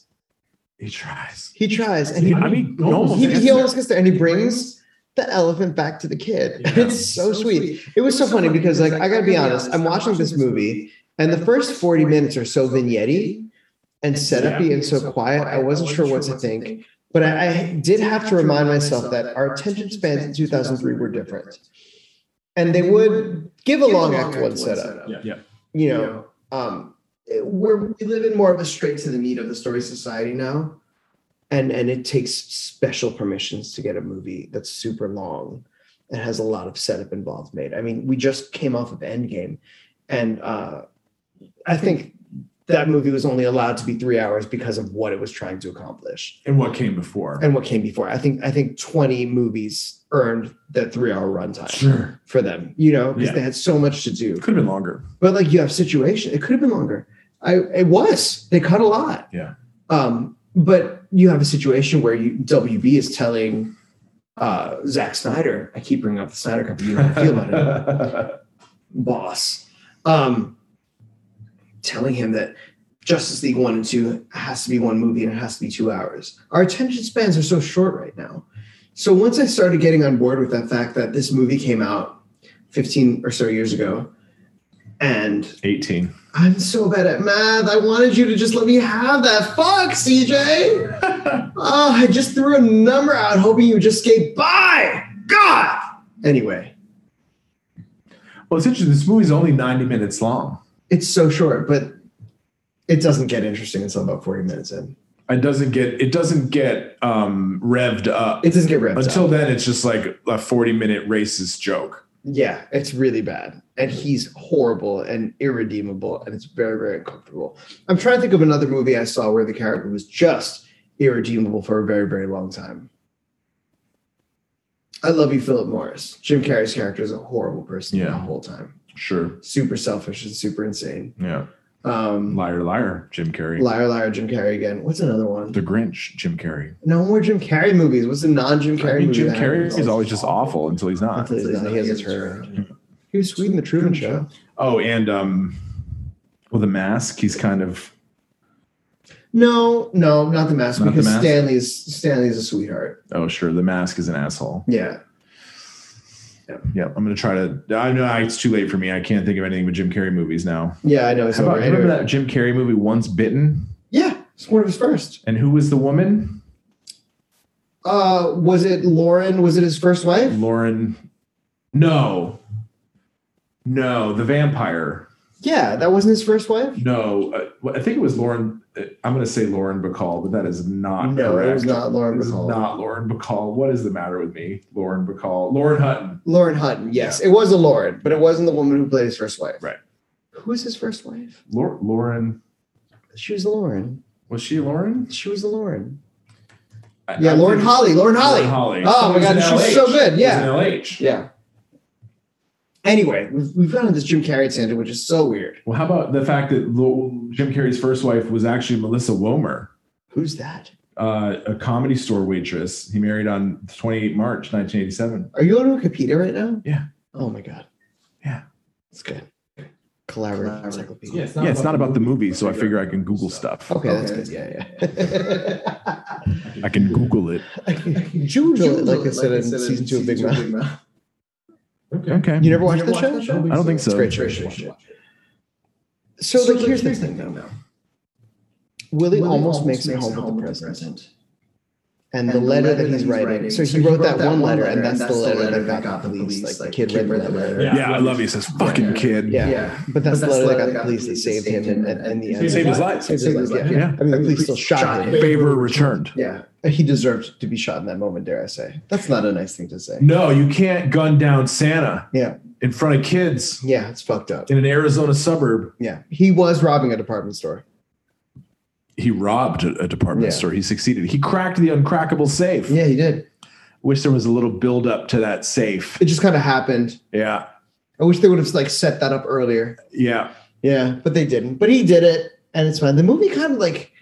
Speaker 2: He tries.
Speaker 1: He tries. And he,
Speaker 3: I mean, he almost
Speaker 1: he,
Speaker 3: gets
Speaker 1: he
Speaker 3: there.
Speaker 1: almost gets there and he brings the elephant back to the kid.
Speaker 2: Yeah.
Speaker 1: <laughs> It's so, sweet. It was so, funny because, like, I gotta be honest, I'm watching this movie and the first 40 minutes are so vignette and setup
Speaker 2: Yeah.
Speaker 1: and so quiet. I wasn't sure what to think. But I, I did have to remind myself that our attention spans in 2003 were different. And they would give a long act one setup,
Speaker 2: Yeah, yeah.
Speaker 1: you know. um, it- we're, we live in more of a straight to the meat of the story society now, and and it takes special permissions to get a movie that's super long and has a lot of setup involved made. I mean, we just came off of Endgame, and uh, I think that movie was only allowed to be three hours because of what it was trying to accomplish
Speaker 2: And what came before?
Speaker 1: and what came before. I think I think twenty movies earned that three hour runtime
Speaker 2: Sure,
Speaker 1: for them, you know, because
Speaker 2: Yeah.
Speaker 1: they had so much to do.
Speaker 2: it could have been longer.
Speaker 1: But like you have situation, it could have been longer. I it was. They cut a lot.
Speaker 2: Yeah.
Speaker 1: Um, but you have a situation where you WB is telling uh Zack Snyder, I keep bringing up the Snyder Cup, you know how I feel about it, <laughs> boss. Um telling him that Justice League one and two has to be one movie and it has to be two hours. Our attention spans are so short right now. So once I started getting on board with that fact that this movie came out 15 or so years ago and
Speaker 2: <laughs> Eighteen.
Speaker 1: I'm so bad at math. I wanted you to just let me have that. Fuck, CJ. Oh, I just threw a number out hoping you would just skate by. God. Anyway,
Speaker 2: Well, it's interesting. This movie's only 90 minutes long.
Speaker 1: it's so short, but it doesn't get interesting until about 40 minutes in.
Speaker 2: It doesn't get it doesn't get um, revved up.
Speaker 1: It doesn't get ripped
Speaker 2: Until
Speaker 1: up.
Speaker 2: then, it's just like a 40 minute racist joke.
Speaker 1: Yeah, it's really bad. And he's horrible and irredeemable, and it's very, very uncomfortable. I'm trying to think of another movie I saw where the character was just irredeemable for a very, very long time. I love you, Philip Morris. Jim Carrey's character is a horrible person the
Speaker 2: Yeah.
Speaker 1: whole time.
Speaker 2: Sure.
Speaker 1: Super selfish and super insane.
Speaker 2: Yeah.
Speaker 1: Um,
Speaker 2: Liar, liar, Jim Carrey.
Speaker 1: liar, liar, Jim Carrey again. What's another one?
Speaker 2: The Grinch, Jim Carrey.
Speaker 1: No more Jim Carrey movies. What's a non-Jim Carrey
Speaker 2: I mean,
Speaker 1: movie?
Speaker 2: Jim
Speaker 1: that
Speaker 2: Carrey
Speaker 1: happens?
Speaker 2: is always just awful until he's not.
Speaker 1: Until he's not, he has a turnaround. He was sweet in the Truman Show.
Speaker 2: Oh, and um, well, the mask. He's kind of
Speaker 1: No, no, not the mask
Speaker 2: Not the
Speaker 1: because
Speaker 2: mask?
Speaker 1: Stanley's Stanley's a sweetheart.
Speaker 2: oh, sure. The mask is an asshole.
Speaker 1: Yeah.
Speaker 2: Yeah, I'm gonna try to. I know it's too late for me. I can't think of anything but Jim Carrey movies now.
Speaker 1: Yeah, I know it's
Speaker 2: How about,
Speaker 1: overrated.
Speaker 2: remember that Jim Carrey movie, Once Bitten?
Speaker 1: Yeah, it's one of his first.
Speaker 2: And who was the woman?
Speaker 1: Uh was it Lauren? Was it his first wife?
Speaker 2: Lauren. No. No, the vampire.
Speaker 1: Yeah, that wasn't his first wife?
Speaker 2: No, uh, well, I think it was Lauren. uh, I'm going to say Lauren Bacall, but that is not
Speaker 1: no,
Speaker 2: correct.
Speaker 1: it was not Lauren
Speaker 2: It was
Speaker 1: Bacall.
Speaker 2: not Lauren Bacall. What is the matter with me? Lauren Bacall. Lauren Hutton.
Speaker 1: Lauren Hutton, yes. It was a Lauren, but it wasn't the woman who played his first wife.
Speaker 2: Right.
Speaker 1: Who was his first wife?
Speaker 2: Lor- Lauren.
Speaker 1: She was a Lauren.
Speaker 2: Was she Lauren?
Speaker 1: She was a Lauren.
Speaker 2: I-
Speaker 1: Yeah,
Speaker 2: I
Speaker 1: Lauren
Speaker 2: think-
Speaker 1: Holly. Lauren Holly.
Speaker 2: Lauren Holly.
Speaker 1: Oh my
Speaker 2: She
Speaker 1: god,
Speaker 2: was in
Speaker 1: she was
Speaker 2: LH.
Speaker 1: so good.
Speaker 2: She was
Speaker 1: Yeah.
Speaker 2: in LH.
Speaker 1: Yeah. Anyway, we've, we've gotten this Jim Carrey tangent, which is so weird.
Speaker 2: Well, how about the fact that Lo- Jim Carrey's first wife was actually Melissa Womer,
Speaker 1: Who's that?
Speaker 2: uh, a comedy store waitress he married on 28 March 1987.
Speaker 1: Are you on Wikipedia right now?
Speaker 2: Yeah.
Speaker 1: Oh my god.
Speaker 2: Yeah.
Speaker 1: It's good. Collaborative encyclopedia.
Speaker 3: Yeah,
Speaker 2: Yeah, it's not about the movie, so I figure I can Google stuff.
Speaker 1: Okay, that's good. Yeah, <laughs> yeah.
Speaker 2: I can Google it.
Speaker 1: Joodle, like I said in season two of Big Mouth.
Speaker 3: Okay.
Speaker 2: Okay.
Speaker 1: You never watched that show?
Speaker 2: I don't think
Speaker 1: It's
Speaker 2: so.
Speaker 1: great, great, great, great. So, like, here's the thing, though. Willie, almost makes it home with the president, and, the letter that he's writing. So, he, wrote, that, one letter, and that's, the letter, that got the police. Like the kid read that letter.
Speaker 2: Yeah, I love you. Says fucking kid.
Speaker 1: Yeah. But that's the letter that got the police that saved him and, and, and the
Speaker 2: He
Speaker 1: end.
Speaker 2: saved his life.
Speaker 1: Saved his life, yeah.
Speaker 2: Yeah.
Speaker 1: I mean, the police still shot him.
Speaker 2: Favor returned.
Speaker 1: Yeah. He deserved to be shot in that moment, dare I say. That's not a nice thing to say.
Speaker 2: No, you can't gun down Santa
Speaker 1: Yeah.
Speaker 2: in front of kids
Speaker 1: Yeah, it's fucked up.
Speaker 2: in an Arizona suburb.
Speaker 1: Yeah. He was robbing a department store.
Speaker 2: He robbed a, a department
Speaker 1: Yeah.
Speaker 2: store. He succeeded. He cracked the uncrackable safe.
Speaker 1: Yeah, he did.
Speaker 2: Wish there was a little build up to that safe.
Speaker 1: It just kind of happened.
Speaker 2: Yeah.
Speaker 1: I wish they would have like set that up earlier.
Speaker 2: Yeah.
Speaker 1: Yeah, but they didn't. But he did it, and it's fine. The movie kind of like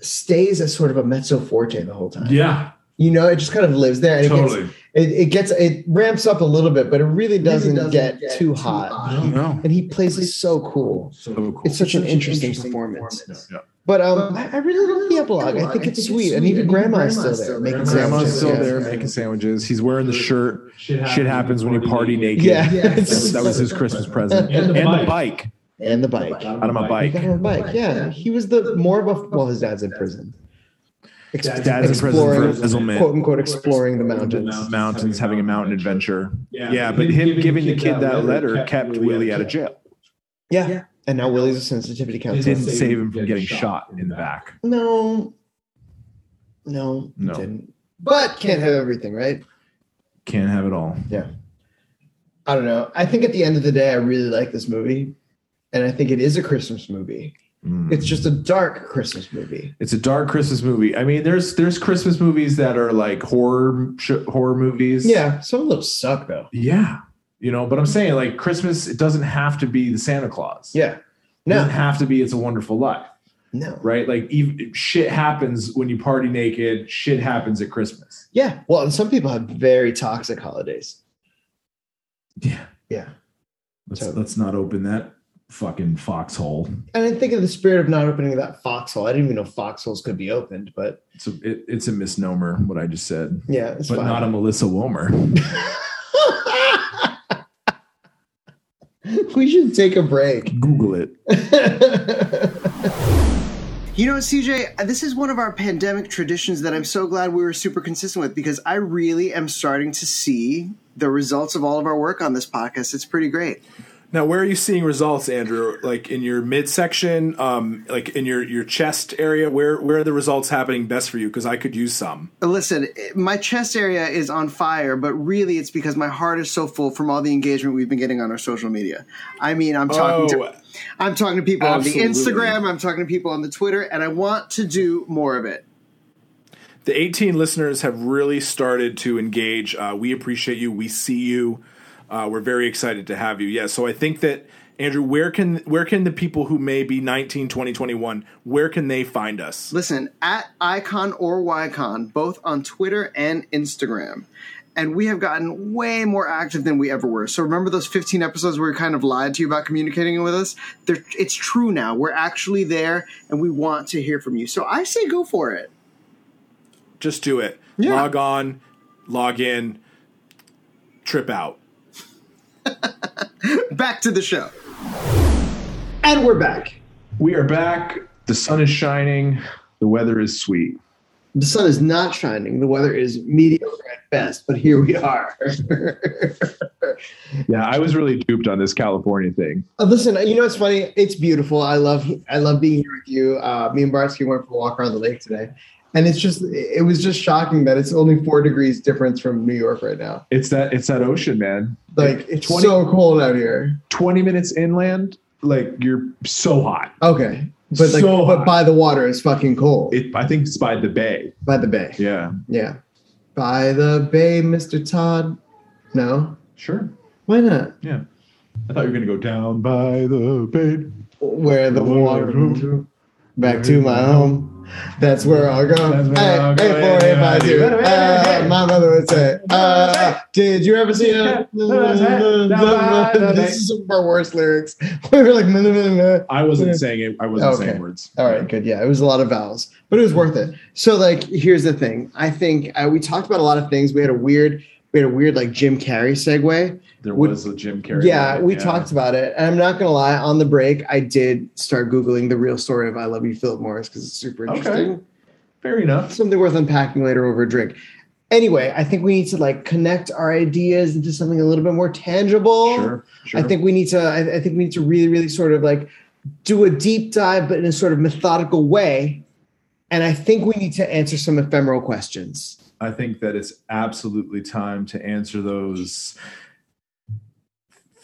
Speaker 1: stays as sort of a mezzo forte the whole time.
Speaker 2: Yeah.
Speaker 1: You know, it just kind of lives there. And
Speaker 2: Totally.
Speaker 1: It gets it, it gets it ramps up a little bit, but it really doesn't,
Speaker 4: doesn't
Speaker 1: get,
Speaker 4: get
Speaker 1: too,
Speaker 4: too
Speaker 1: hot.
Speaker 4: hot.
Speaker 2: No.
Speaker 1: And he plays it so cool.
Speaker 3: So
Speaker 2: Oh, cool.
Speaker 1: It's such an interesting, performance. But um, I I really love the epilogue. I think it's sweet. And even grandma is still there. Making
Speaker 2: Grandma's
Speaker 1: sandwiches.
Speaker 2: still
Speaker 1: yeah.
Speaker 2: there making sandwiches. He's wearing the shirt.
Speaker 3: Shit
Speaker 2: Shit happens when you party naked.
Speaker 1: Yeah. <laughs>
Speaker 4: Yeah.
Speaker 2: That was, that was his Christmas present.
Speaker 3: And the
Speaker 2: And the
Speaker 3: bike.
Speaker 2: bike.
Speaker 1: and the bike.
Speaker 3: Out
Speaker 2: Out of my
Speaker 1: He
Speaker 2: bike.
Speaker 1: got on a bike. Yeah. He was the more of a well, his dad's in prison. Ex-
Speaker 2: Dad's in prison
Speaker 1: exploring-
Speaker 2: for embezzlement.
Speaker 1: quote unquote exploring the mountains.
Speaker 2: mountains having a mountain adventure.
Speaker 3: Yeah,
Speaker 2: Yeah, but him giving the kid that letter kept Willie out of
Speaker 3: jail.
Speaker 2: jail.
Speaker 1: Yeah. And now Willie's a sensitivity
Speaker 2: It
Speaker 1: counselor.
Speaker 2: didn't save him from getting shot in the back.
Speaker 1: No. No,
Speaker 2: No.
Speaker 1: It didn't. But can't have everything, right?
Speaker 2: Can't have it all.
Speaker 1: I don't know. I think at the end of the day, I really like this movie. And I think it is a Christmas movie.
Speaker 2: Mm.
Speaker 1: It's just a dark Christmas movie.
Speaker 2: It's a dark Christmas movie. I mean, there's there's Christmas movies that are like horror sh- horror movies.
Speaker 1: Yeah. Some of those suck though.
Speaker 2: yeah. You know, but I'm saying like Christmas, it doesn't have to be the Santa Claus.
Speaker 1: Yeah.
Speaker 2: it doesn't
Speaker 1: No.
Speaker 2: have to be It's a Wonderful Life,
Speaker 1: No.
Speaker 2: right? Like even, shit happens when you party naked. Shit happens at Christmas.
Speaker 1: Yeah. Well, and some people have very toxic holidays.
Speaker 2: Yeah.
Speaker 1: Yeah.
Speaker 2: Let's
Speaker 1: Totally.
Speaker 2: let's not open that fucking foxhole.
Speaker 1: And I think in the spirit of not opening that foxhole, I didn't even know foxholes could be opened, but
Speaker 2: It's a it, it's a misnomer what I just said,
Speaker 1: yeah, it's
Speaker 2: but
Speaker 1: fine.
Speaker 2: not a Melissa Wilmer.
Speaker 1: <laughs> we should take a break. <laughs>
Speaker 2: Google it.
Speaker 1: You know, CJ, this is one of our pandemic traditions that I'm so glad we were super consistent with because I really am starting to see the results of all of our work on this podcast. It's pretty great.
Speaker 5: Now, where are you seeing results, Andrew? Like in your midsection, um, like in your your chest area, where where are the results happening best for you? Because I could use some.
Speaker 4: Listen, my chest area is on fire, but really it's because my heart is so full from all the engagement we've been getting on our social media. I mean, I'm talking
Speaker 2: Oh,
Speaker 5: Oh,
Speaker 4: to I'm talking to people on the
Speaker 5: Absolutely.
Speaker 4: Instagram, I'm talking to people on the Twitter, and I want to do more of it.
Speaker 5: the 18 listeners have really started to engage. Uh, we appreciate you. We see you. Uh, we're very excited to have you. Yeah. So I think that Andrew, where can where can the people who may be 19, 20, 21, where can they find us?
Speaker 4: Listen, at Icon or Ycon, both on Twitter and Instagram. And we have gotten way more active than we ever were. So remember those 15 episodes where we kind of lied to you about communicating with us? They're, it's true now. We're actually there and we want to hear from you. So I say go for it.
Speaker 5: Just do it.
Speaker 4: Yeah.
Speaker 5: Log on, log in, trip out.
Speaker 4: Back to the show.
Speaker 1: And we're back.
Speaker 2: We are back. The sun is shining. The weather is sweet.
Speaker 1: The sun is not shining. The weather is mediocre at best, but here we are. <laughs>
Speaker 2: Yeah, I was really duped on this California thing.
Speaker 1: Uh, Listen, you know it's funny. It's beautiful. I love I love being here with you. Uh, me and Barsky went for a walk around the lake today, and it's just it was just shocking that it's only four degrees difference from New York right now.
Speaker 2: It's that it's that ocean, man.
Speaker 1: Like it's
Speaker 2: 20
Speaker 1: so cold out here.
Speaker 2: 20 minutes inland, like you're so hot.
Speaker 1: Okay, but like
Speaker 2: So
Speaker 1: but
Speaker 2: hot.
Speaker 1: by the water it's fucking cold.
Speaker 2: It, I think it's by the bay.
Speaker 1: by the bay. Yeah.
Speaker 2: Yeah.
Speaker 1: by the bay, Mister Todd. No,
Speaker 2: Sure.
Speaker 1: why not?
Speaker 2: Yeah. I thought you were gonna go down by the bay.
Speaker 1: Where the water
Speaker 2: Water.
Speaker 1: back to my home. That's where I'll go.
Speaker 2: That's where
Speaker 1: Hey,
Speaker 2: I'll go.
Speaker 1: hey, boy, if I do. Uh, my mother would say, uh, Did you ever see a. <laughs> this is some of our worst lyrics. <laughs> We were like, "Nah, nah, nah, nah."
Speaker 2: I wasn't saying it. I wasn't
Speaker 1: Okay.
Speaker 2: saying words.
Speaker 1: all right, good. Yeah, it was a lot of vowels, but it was worth it. So, like, here's the thing I think uh, we talked about a lot of things. We had a weird. We had a weird like Jim Carrey segue.
Speaker 2: There
Speaker 1: Would-
Speaker 2: was a Jim Carrey.
Speaker 1: yeah,
Speaker 2: line,
Speaker 1: we talked about it. And I'm not gonna lie, on the break, I did start googling the real story of I Love You, Philip Morris, because it's super
Speaker 2: Okay.
Speaker 1: interesting.
Speaker 3: Fair enough.
Speaker 1: something worth unpacking later over a drink. Anyway, I think we need to like connect our ideas into something a little bit more tangible.
Speaker 3: Sure. Sure.
Speaker 1: I think we need to. I, I think we need to really, really sort of like do a deep dive, but in a sort of methodical way. And I think we need to answer some ephemeral questions. <laughs>
Speaker 3: I think that it's absolutely time to answer those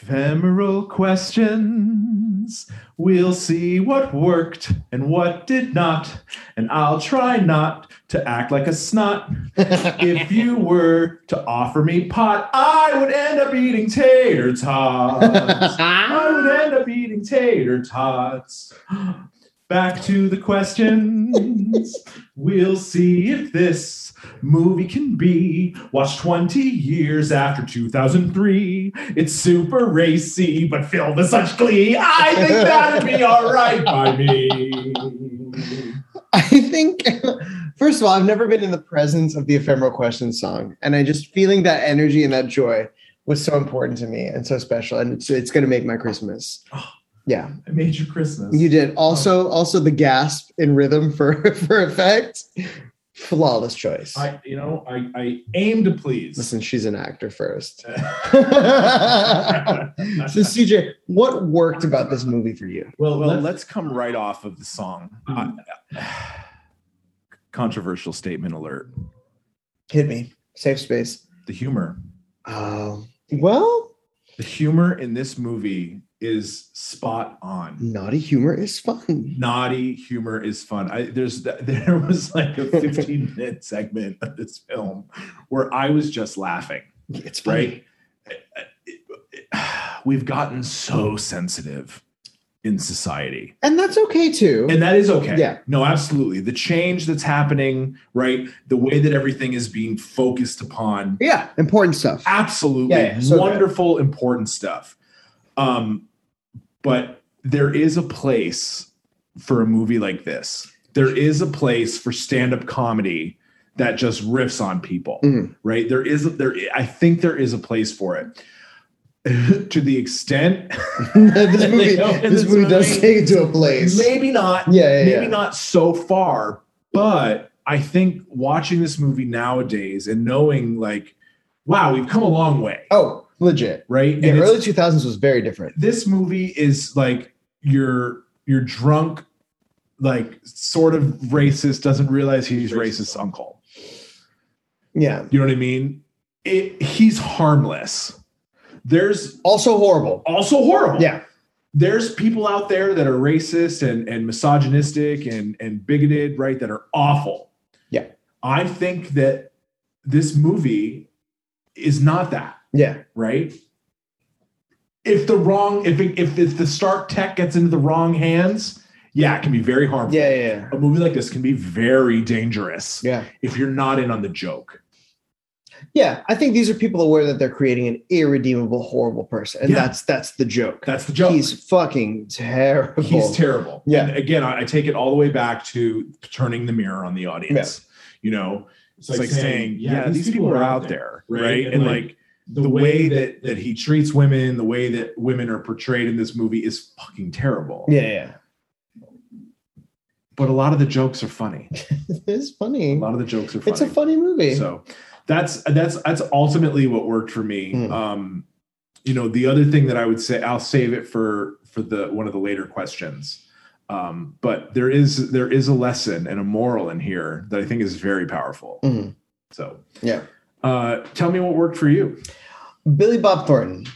Speaker 3: ephemeral questions. We'll see what worked and what did not, and I'll try not to act like a snot. if you were to offer me pot, I would end up eating tater tots. I would end up eating tater tots. Back to the questions. we'll see if this movie can be watched 20 years after 2003. It's super racy, but filled with such glee. I think that'd be all right by me.
Speaker 1: I think, first of all, I've never been in the presence of the ephemeral questions song, and I just feeling that energy and that joy was so important to me and so special, and it's, it's going to make my Christmas. Yeah,
Speaker 3: I made your Christmas.
Speaker 1: you did. Also, also the gasp in rhythm for <laughs> for effect, flawless choice.
Speaker 3: I, you know, I, I aim to please.
Speaker 1: Listen, she's an actor first.
Speaker 3: <laughs>
Speaker 1: <laughs> so, CJ, what worked about this movie for you?
Speaker 3: Well,
Speaker 2: Well,
Speaker 3: let's, Hmm.
Speaker 2: let's come right off of the song.
Speaker 3: I- controversial statement alert.
Speaker 1: Hit me. Safe space.
Speaker 3: The humor.
Speaker 1: Um, well,
Speaker 3: The humor in this movie is spot on.
Speaker 1: naughty humor is fun.
Speaker 3: Naughty humor is fun. I, there's <laughs> there was like a <laughs> 15 minute segment of this film where I was just laughing.
Speaker 1: It's
Speaker 3: Right? <sighs> We've gotten so sensitive in society.
Speaker 1: And that's okay too.
Speaker 3: And that is okay.
Speaker 1: Yeah.
Speaker 3: No, absolutely. The change that's happening, right? The way that everything is being focused upon,
Speaker 1: yeah, important stuff.
Speaker 3: Ah. absolutely
Speaker 1: Yeah, yeah, so good.
Speaker 3: wonderful, important stuff. Um, but there is a place for a movie like this. There is a place for stand-up comedy that just riffs on people,
Speaker 1: Mhm.
Speaker 3: right? There is a, there. I think there is a place for it. to the
Speaker 1: <laughs>
Speaker 3: extent
Speaker 1: this movie,
Speaker 3: <laughs> They don't-
Speaker 1: this
Speaker 3: this
Speaker 1: movie does
Speaker 3: movie-
Speaker 1: take it to a place. Yeah,
Speaker 3: Maybe not.
Speaker 1: yeah, yeah.
Speaker 3: maybe not so far, but I think watching this movie nowadays and knowing like, wow, we've come a long way,
Speaker 1: Oh, legit.
Speaker 3: right? And
Speaker 1: The
Speaker 3: it's-
Speaker 1: early 2000s was very different.
Speaker 3: this movie is like your your drunk, like sort of racist doesn't realize he's racist uncle.
Speaker 1: Yeah.
Speaker 3: You know what I mean? It, he's harmless. There's
Speaker 1: Also horrible.
Speaker 3: also horrible.
Speaker 1: Yeah.
Speaker 3: there's people out there that are racist and, and misogynistic and, and bigoted, right? That are awful.
Speaker 1: Yeah.
Speaker 3: I think that this movie is not that,
Speaker 1: Yeah.
Speaker 3: right? If the wrong, if, it, if, if the Stark tech gets into the wrong hands, yeah, it can be very harmful.
Speaker 1: Yeah, yeah, yeah.
Speaker 3: A movie like this can be very dangerous
Speaker 1: Yeah.
Speaker 3: if you're not in on the joke.
Speaker 1: Yeah, I think these are people aware that they're creating an irredeemable, horrible person, and
Speaker 3: Yeah.
Speaker 1: that's that's the joke.
Speaker 3: That's the joke.
Speaker 1: He's fucking terrible.
Speaker 3: He's terrible.
Speaker 1: Yeah.
Speaker 3: And again, I, I take it all the way back to turning the mirror on the audience. You know, it's, like, saying, yeah, these, people, are out there, right? And, like, the, way that that he treats women, the way that women are portrayed in this movie is fucking terrible.
Speaker 1: yeah, yeah. <laughs>
Speaker 3: But a lot of the jokes are funny.
Speaker 1: It's
Speaker 3: A
Speaker 1: funny.
Speaker 3: lot of the jokes are funny.
Speaker 1: It's a funny movie.
Speaker 3: So that's that's that's ultimately what worked for me.
Speaker 1: Mm.
Speaker 3: Um, you know, the other thing that I would say, I'll save it for for the one of the later questions. Um, but there is there is a lesson and a moral in here that I think is very powerful.
Speaker 1: Mhm.
Speaker 3: So
Speaker 1: Yeah.
Speaker 3: uh, tell me what worked for you.
Speaker 1: Billy Bob Thornton.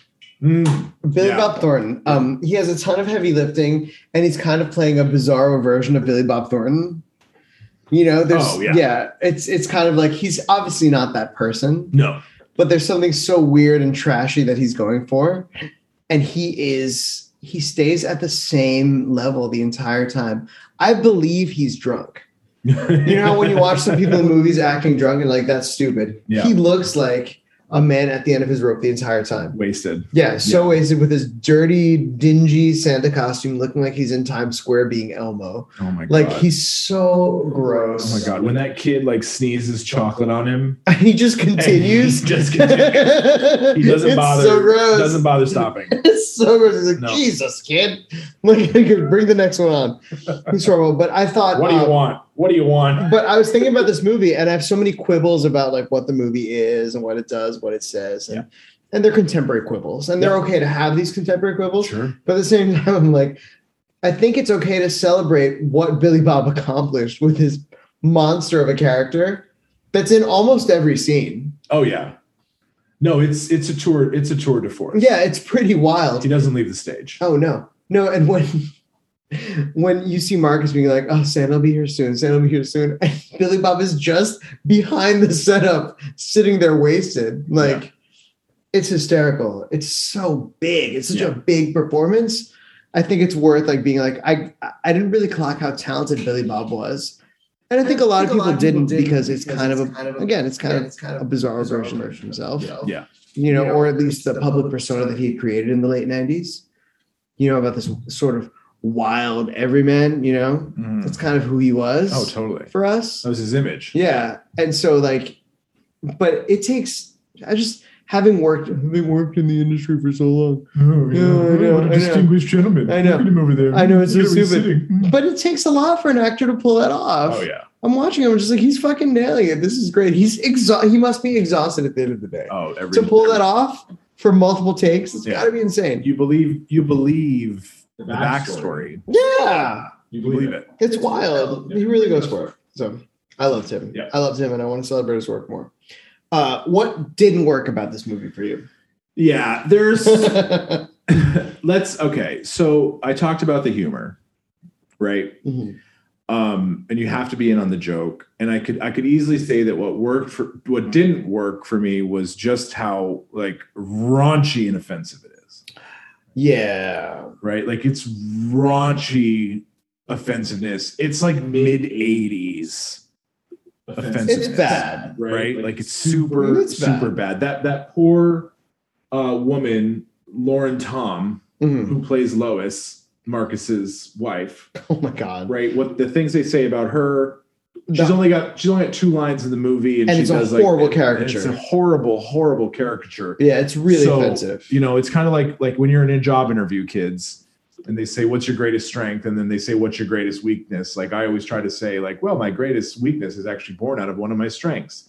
Speaker 3: Mm,
Speaker 1: Billy
Speaker 3: Yeah.
Speaker 1: Bob Thornton. Um, he has a ton of heavy lifting, and he's kind of playing a bizarro version of Billy Bob Thornton. You know, there's
Speaker 3: Oh,
Speaker 1: yeah.
Speaker 3: yeah.
Speaker 1: it's it's kind of like he's obviously not that person,
Speaker 3: no,
Speaker 1: but there's something so weird and trashy that he's going for, and he is he stays at the same level the entire time. I believe he's drunk. You know, how
Speaker 3: <laughs>
Speaker 1: when you watch some people in movies acting drunk and like that's stupid.
Speaker 3: Yeah.
Speaker 1: He looks like a man at the end of his rope the entire time.
Speaker 3: wasted.
Speaker 1: Yeah, so wasted with his dirty, dingy Santa costume, looking like he's in Times Square being Elmo.
Speaker 3: Oh my
Speaker 1: Like
Speaker 3: god.
Speaker 1: he's so gross.
Speaker 3: Oh my god! When that kid like sneezes chocolate on him,
Speaker 1: <laughs> And he just
Speaker 3: and
Speaker 1: continues.
Speaker 3: He just continues. He
Speaker 1: <laughs>
Speaker 3: doesn't
Speaker 1: it's
Speaker 3: bother.
Speaker 1: So gross.
Speaker 3: Doesn't
Speaker 1: <laughs>
Speaker 3: bother stopping.
Speaker 1: it's so gross. He's like,
Speaker 3: No.
Speaker 1: Jesus, kid. Like, bring the next one on. He's horrible. But I thought,
Speaker 3: What do you
Speaker 1: um,
Speaker 3: want? What do you want?
Speaker 1: But I was thinking about this movie, and I have so many quibbles about like what the movie is and what it does, what it says, and and they're contemporary quibbles, and they're okay to have these contemporary quibbles.
Speaker 3: Sure.
Speaker 1: But at the same <laughs> time, I'm like, I think it's okay to celebrate what Billy Bob accomplished with his monster of a character that's in almost every scene.
Speaker 3: Oh yeah. No, it's it's a tour. It's a tour de force.
Speaker 1: Yeah, it's pretty
Speaker 3: He
Speaker 1: wild.
Speaker 3: doesn't leave the stage.
Speaker 1: Oh no, no, and when. <laughs> When you see Marcus being like, "Oh, Sam will be here soon. Sam will be here soon," <laughs> and Billy Bob is just behind the setup, sitting there wasted. Like, it's hysterical. It's so big. It's such
Speaker 3: Yeah.
Speaker 1: a big performance. I think it's worth like being like I I didn't really clock how talented Billy Bob was, and I think a lot of people didn't because it's kind of a again it's kind of a bizarre, version, of himself.
Speaker 3: Yeah.
Speaker 1: you know, or at least the public persona that he had created in the late '90s. You know about this sort of wild everyman. You know,
Speaker 3: Mhm.
Speaker 1: that's kind of who he was
Speaker 3: Oh, totally.
Speaker 1: for us.
Speaker 3: That was his image.
Speaker 1: Yeah. And so like but it takes I just having worked having worked in the industry for so long.
Speaker 3: Oh,
Speaker 1: Yeah, I know, I know.
Speaker 3: gentleman.
Speaker 1: I know.
Speaker 3: him over there.
Speaker 1: I know, it's so
Speaker 3: Look at him
Speaker 1: stupid.
Speaker 3: sitting.
Speaker 1: But it takes a lot for an actor to pull that off.
Speaker 3: Oh yeah.
Speaker 1: I'm watching him I'm just like he's fucking nailing it. This is great. He's exhausted he must be exhausted at the end of the day.
Speaker 3: Oh, every,
Speaker 1: to pull
Speaker 3: every-
Speaker 1: that off for multiple takes, it's
Speaker 3: Yeah.
Speaker 1: gotta be insane.
Speaker 3: you believe you believe
Speaker 2: The
Speaker 3: the backstory.
Speaker 1: yeah.
Speaker 2: You
Speaker 3: You believe it.
Speaker 1: It's wild.
Speaker 2: Yeah.
Speaker 1: He really goes for it. So I loved him.
Speaker 3: Yeah.
Speaker 1: I loved him and I want to celebrate his work more. Uh, what didn't work about this movie for you? <laughs> Mm-hmm.
Speaker 3: Yeah. There's let's okay. So I talked about the humor, right?
Speaker 1: Mhm.
Speaker 3: um, and you have to be in on the joke. And I could I could easily say that what worked for what didn't work for me was just how like raunchy and offensive it is.
Speaker 1: Yeah.
Speaker 3: Right, like it's raunchy offensiveness. It's like mid '80s,
Speaker 1: It's
Speaker 3: offensiveness.
Speaker 1: bad.
Speaker 3: right? Like it's super
Speaker 1: It's bad.
Speaker 3: super bad. That that poor uh, woman Lauren Tom
Speaker 1: Mhm.
Speaker 3: who plays Lois Marcus's wife.
Speaker 1: Oh my god.
Speaker 3: Right, what the things they say about her She's
Speaker 1: The-
Speaker 3: only got she's only got two lines in the movie, and,
Speaker 1: And
Speaker 3: she
Speaker 1: it's a
Speaker 3: does
Speaker 1: horrible
Speaker 3: like, and
Speaker 1: caricature.
Speaker 3: It's a horrible, horrible caricature.
Speaker 1: yeah, it's really
Speaker 3: So,
Speaker 1: offensive.
Speaker 3: You know, it's kind of like like when you're in a job interview, kids, and they say, "What's your greatest strength?" and then they say, "What's your greatest weakness?" Like I always try to say, like, "Well, my greatest weakness is actually born out of one of my strengths."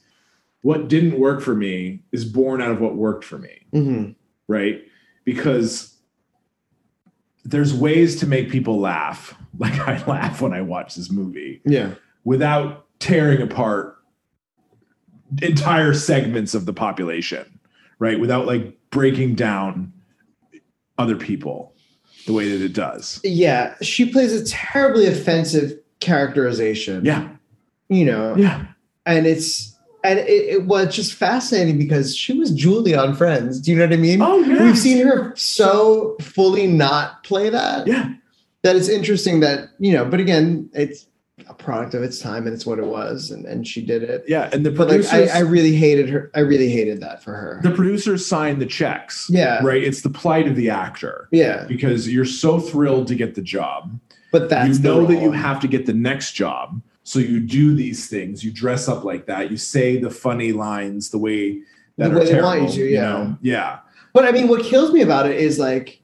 Speaker 3: What didn't work for me is born out of what worked for me
Speaker 1: Mhm.
Speaker 3: right? Because there's ways to make people laugh, <laughs> like I laugh when I watch this movie,
Speaker 1: Yeah.
Speaker 3: without tearing apart entire segments of the population, right? Without like breaking down other people the way that it does.
Speaker 1: Yeah. She plays a terribly offensive characterization.
Speaker 3: Yeah,
Speaker 1: You know,
Speaker 3: yeah,
Speaker 1: and it's and it, it was just fascinating because she was Julie on Friends. Do you know what I mean?
Speaker 3: Oh, yeah.
Speaker 1: We've seen her so fully not play that.
Speaker 3: yeah,
Speaker 1: that it's interesting that you know but again it's a product of its time and it's what it was and, and she did it
Speaker 3: yeah. And the
Speaker 1: but like
Speaker 3: producers,
Speaker 1: I, I really hated her i really hated that for her
Speaker 3: the producers sign the checks,
Speaker 1: yeah
Speaker 3: right? It's the plight of the actor
Speaker 1: yeah
Speaker 3: because you're so thrilled to get the job.
Speaker 1: but that's
Speaker 3: you
Speaker 1: the
Speaker 3: know that
Speaker 1: role.
Speaker 3: you have to get the next job so you do these things you dress up like that you say the funny lines the way that
Speaker 1: The
Speaker 3: are
Speaker 1: way they
Speaker 3: terrible,
Speaker 1: want you to, yeah.
Speaker 3: know? yeah
Speaker 1: but i mean what kills me about it is like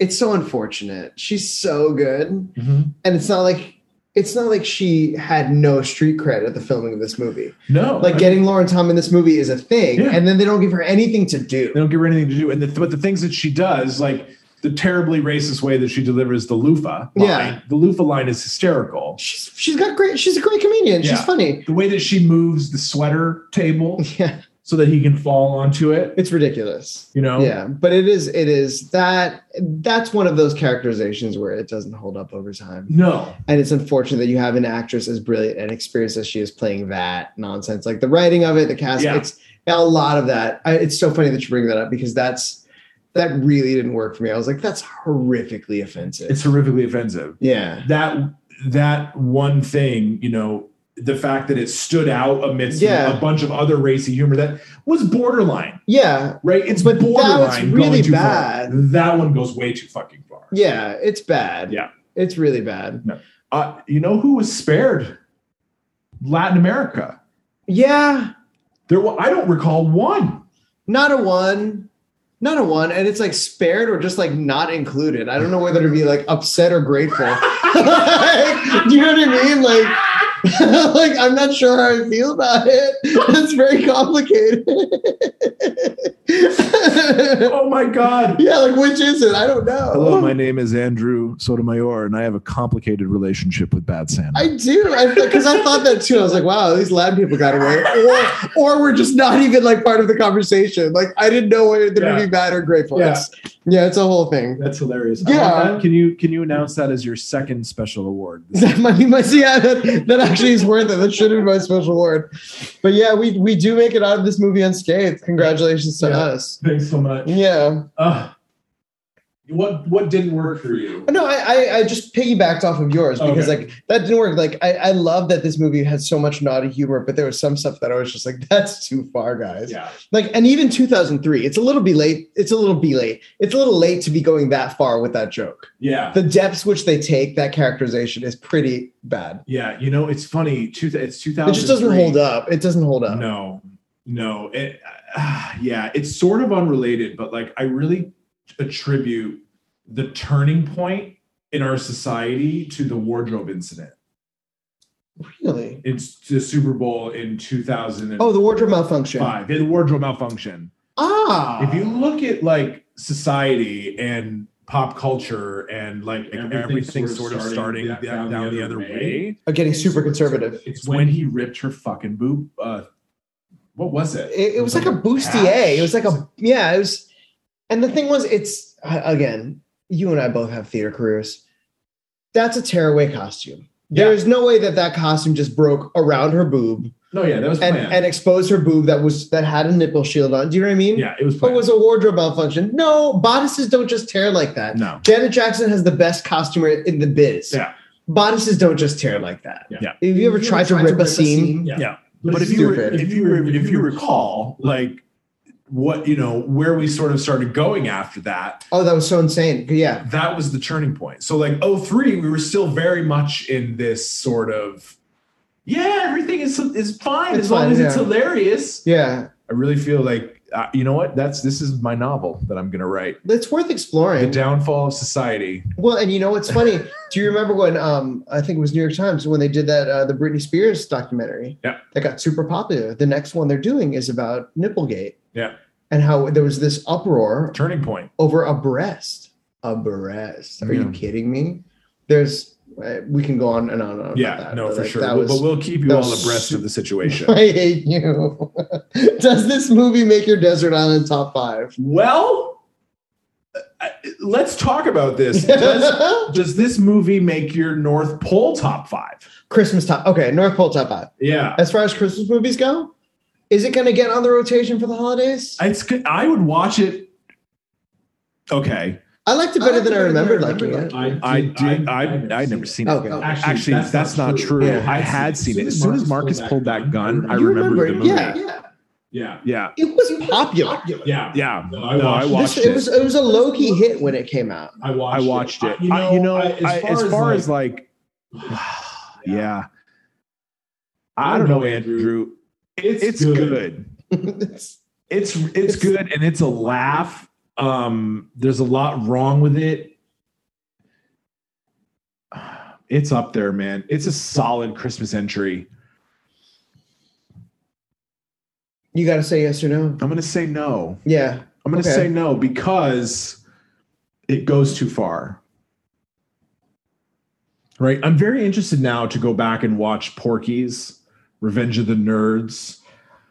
Speaker 1: it's so unfortunate she's so good
Speaker 3: Mm-hmm.
Speaker 1: and it's not like it's not like she had no street cred at the filming of this movie
Speaker 3: no
Speaker 1: like
Speaker 3: I-
Speaker 1: getting lauren tom in this movie is a thing
Speaker 3: Yeah.
Speaker 1: and then they don't give her anything to do
Speaker 3: they don't give her anything to do and the, but the things that she does like the terribly racist way that she delivers the loofah line,
Speaker 1: Yeah.
Speaker 3: the loofah line is hysterical
Speaker 1: she's she's got great she's a great comedian she's
Speaker 3: Yeah.
Speaker 1: funny <laughs>
Speaker 3: the way that she moves the sweater table
Speaker 1: yeah
Speaker 3: so that he can fall onto it
Speaker 1: it's ridiculous
Speaker 3: you know
Speaker 1: Yeah, but it is it is that that's one of those characterizations where it doesn't hold up over time.
Speaker 3: no
Speaker 1: And it's unfortunate that you have an actress as brilliant and experienced as she is playing that nonsense. Like the writing of it, the cast,
Speaker 3: Yeah.
Speaker 1: it's a lot of that. I, it's so funny that you bring that up because that's that really didn't work for me. I was like, that's horrifically offensive.
Speaker 3: it's horrifically offensive
Speaker 1: yeah.
Speaker 3: that that one thing, you know, the fact that it stood out amidst
Speaker 1: Yeah.
Speaker 3: a bunch of other racy humor that was borderline,
Speaker 1: Yeah.
Speaker 3: right? It's
Speaker 1: But that was
Speaker 3: borderline
Speaker 1: really
Speaker 3: going too
Speaker 1: bad.
Speaker 3: Far. That one goes way too fucking far.
Speaker 1: Yeah. It's bad.
Speaker 3: Yeah.
Speaker 1: It's really bad.
Speaker 3: Uh, you know who was spared? Latin America.
Speaker 1: Yeah.
Speaker 3: There, wa- I don't recall one.
Speaker 1: not a one not a one and it's like spared or just like not <laughs> included i don't know whether to be like upset or grateful Like, do you know what i mean like like <laughs> I'm not sure how I feel about it. It's very complicated.
Speaker 2: Oh my
Speaker 1: <laughs>
Speaker 2: god.
Speaker 1: yeah, like which is it? I don't know.
Speaker 3: Hello, my name is Andrew Sotomayor, and I have a complicated relationship with Bad Santa.
Speaker 1: I do. I because I thought that too. I was like, wow, these lab people got away, or or we're just not even like part of the conversation. Like I didn't know whether they're
Speaker 2: Yeah.
Speaker 1: gonna be bad or grateful.
Speaker 2: Yeah.
Speaker 1: It's, yeah, it's a whole thing.
Speaker 2: That's hilarious.
Speaker 1: Yeah.
Speaker 2: I want that.
Speaker 3: can you can you announce that as your second special award?
Speaker 1: <laughs> That might be my yeah. That, that actually is worth it. That should be my special award. But yeah, we we do make it out of this movie unscathed. Congratulations to
Speaker 2: Yeah.
Speaker 1: us.
Speaker 2: Thanks so much.
Speaker 1: Yeah.
Speaker 2: Ugh. what what didn't work for you?
Speaker 1: No, I, I I just piggybacked off of yours because
Speaker 2: Okay.
Speaker 1: like that didn't work. Like I, I love that this movie had so much naughty humor, but there was some stuff that I was just like, <laughs> that's too far, guys.
Speaker 2: Yeah.
Speaker 1: like and even 2003 it's a little be late it's a little be late it's a little late to be going that far with that joke
Speaker 2: Yeah.
Speaker 1: the depths which they take that characterization is pretty bad
Speaker 3: Yeah, you know it's funny. Two, it's two
Speaker 1: it
Speaker 3: thousand.
Speaker 1: just doesn't hold up it doesn't hold up
Speaker 3: No, no. It, <sighs> ah, yeah, it's sort of unrelated, but like I really attribute the turning point in our society to the wardrobe incident.
Speaker 1: really
Speaker 3: It's the Super Bowl in two thousand and
Speaker 1: oh
Speaker 3: five.
Speaker 1: the wardrobe malfunction
Speaker 3: Yeah, the wardrobe malfunction.
Speaker 1: ah
Speaker 3: if you look at like society and pop culture and like
Speaker 2: Everything's
Speaker 3: everything
Speaker 2: sort
Speaker 3: sort
Speaker 2: of
Speaker 3: of
Speaker 2: starting
Speaker 3: starting da- down, the other way,
Speaker 1: are getting super conservative
Speaker 3: it's when he ripped her fucking boob. Uh, what was it?
Speaker 1: it, it was like a bustier it was like a yeah it was and the thing was it's again you and i both have theater careers that's a tearaway costume there
Speaker 3: Yeah.
Speaker 1: is no way that that costume just broke around her boob
Speaker 3: No, Oh, yeah, that was
Speaker 1: and,
Speaker 3: planned.
Speaker 1: and exposed her boob that was that had a nipple shield on. Do you know what I mean?
Speaker 3: yeah, it was
Speaker 1: But
Speaker 3: planned.
Speaker 1: was a wardrobe malfunction. No, bodices don't just tear like that.
Speaker 3: no.
Speaker 1: Janet Jackson has the best costumer in the biz.
Speaker 3: Yeah.
Speaker 1: Bodices don't just tear like that.
Speaker 2: Yeah.
Speaker 3: Yeah.
Speaker 1: Have you ever tried to rip a seam?
Speaker 2: Yeah.
Speaker 3: Yeah.
Speaker 2: But,
Speaker 3: But
Speaker 2: it's
Speaker 3: if you, were,
Speaker 1: stupid.
Speaker 3: if you were, if you recall, like what you know, where we sort of started going after that
Speaker 1: Oh, that was so insane. Yeah.
Speaker 3: that was the turning point. So like 03, we were still very much in this sort of yeah, everything is is fine
Speaker 1: It's
Speaker 3: as long
Speaker 1: fine,
Speaker 3: as it's
Speaker 1: yeah.
Speaker 3: hilarious.
Speaker 1: Yeah.
Speaker 3: I really feel like uh, you know what? That's this is my novel that I'm going to write.
Speaker 1: It's worth
Speaker 3: The
Speaker 1: exploring.
Speaker 3: downfall of society.
Speaker 1: Well, and you know what's funny? Do you remember when um I think it was New York Times when they did that uh, the Britney Spears documentary?
Speaker 3: Yeah.
Speaker 1: That got super popular. The next one they're doing is about Nipplegate.
Speaker 3: Yeah.
Speaker 1: And how there was this uproar
Speaker 3: Turning point.
Speaker 1: over a breast. A breast. Are you
Speaker 3: Yeah.
Speaker 1: kidding me? There's uh, we can go on and on and on.
Speaker 3: Yeah,
Speaker 1: about that,
Speaker 3: no,
Speaker 1: but,
Speaker 3: for
Speaker 1: like,
Speaker 3: sure.
Speaker 1: That
Speaker 3: But-
Speaker 1: was,
Speaker 3: but we'll keep you
Speaker 1: that
Speaker 3: all
Speaker 1: was
Speaker 3: abreast of the
Speaker 1: <laughs>
Speaker 3: situation.
Speaker 1: I hate you. <laughs> Does this movie make your desert island top five?
Speaker 3: well, uh, let's talk about
Speaker 1: <laughs>
Speaker 3: this. Does, does this movie make your North Pole top five?
Speaker 1: Christmas top. Okay, North Pole top five.
Speaker 3: Yeah.
Speaker 1: As far as Christmas movies go, is it going to get on the rotation for the holidays? I,
Speaker 3: It's good. I would watch it. Okay.
Speaker 1: liked it better than I remembered
Speaker 6: remember
Speaker 1: liking it.
Speaker 3: I did. Oh. I I would never seen it.
Speaker 1: Okay.
Speaker 2: Actually,
Speaker 3: Actually, that's, not true.
Speaker 1: Yeah.
Speaker 3: I had seen it. As soon as Marcus pulled that gun, I
Speaker 1: You
Speaker 3: remembered
Speaker 1: remember
Speaker 3: the
Speaker 1: it,
Speaker 3: movie.
Speaker 1: yeah.
Speaker 6: Yeah.
Speaker 2: Yeah.
Speaker 3: yeah,
Speaker 1: It was popular.
Speaker 2: Yeah.
Speaker 3: yeah.
Speaker 2: No,
Speaker 3: No,
Speaker 2: I
Speaker 3: I
Speaker 1: This,
Speaker 3: watched
Speaker 1: it
Speaker 3: it.
Speaker 1: was it was a low key hit when it came out.
Speaker 2: I watched.
Speaker 3: I watched it.
Speaker 2: I-
Speaker 3: I- You know, I- as
Speaker 2: I-
Speaker 3: far, as, like, <sighs> yeah. I don't know, Andrew.
Speaker 2: it's,
Speaker 3: It's good.
Speaker 1: It's-
Speaker 3: <laughs> It's it's good and it's a laugh. Um, there's a lot wrong with it. <sighs> It's up there, man. It's a solid Christmas entry.
Speaker 1: you got to say yes or no.
Speaker 3: I'm gonna say no.
Speaker 1: Yeah.
Speaker 3: I'm going to
Speaker 1: Okay.
Speaker 3: say no because it goes too far. Right? I'm very interested now to go back and watch Porky's Revenge of the Nerds.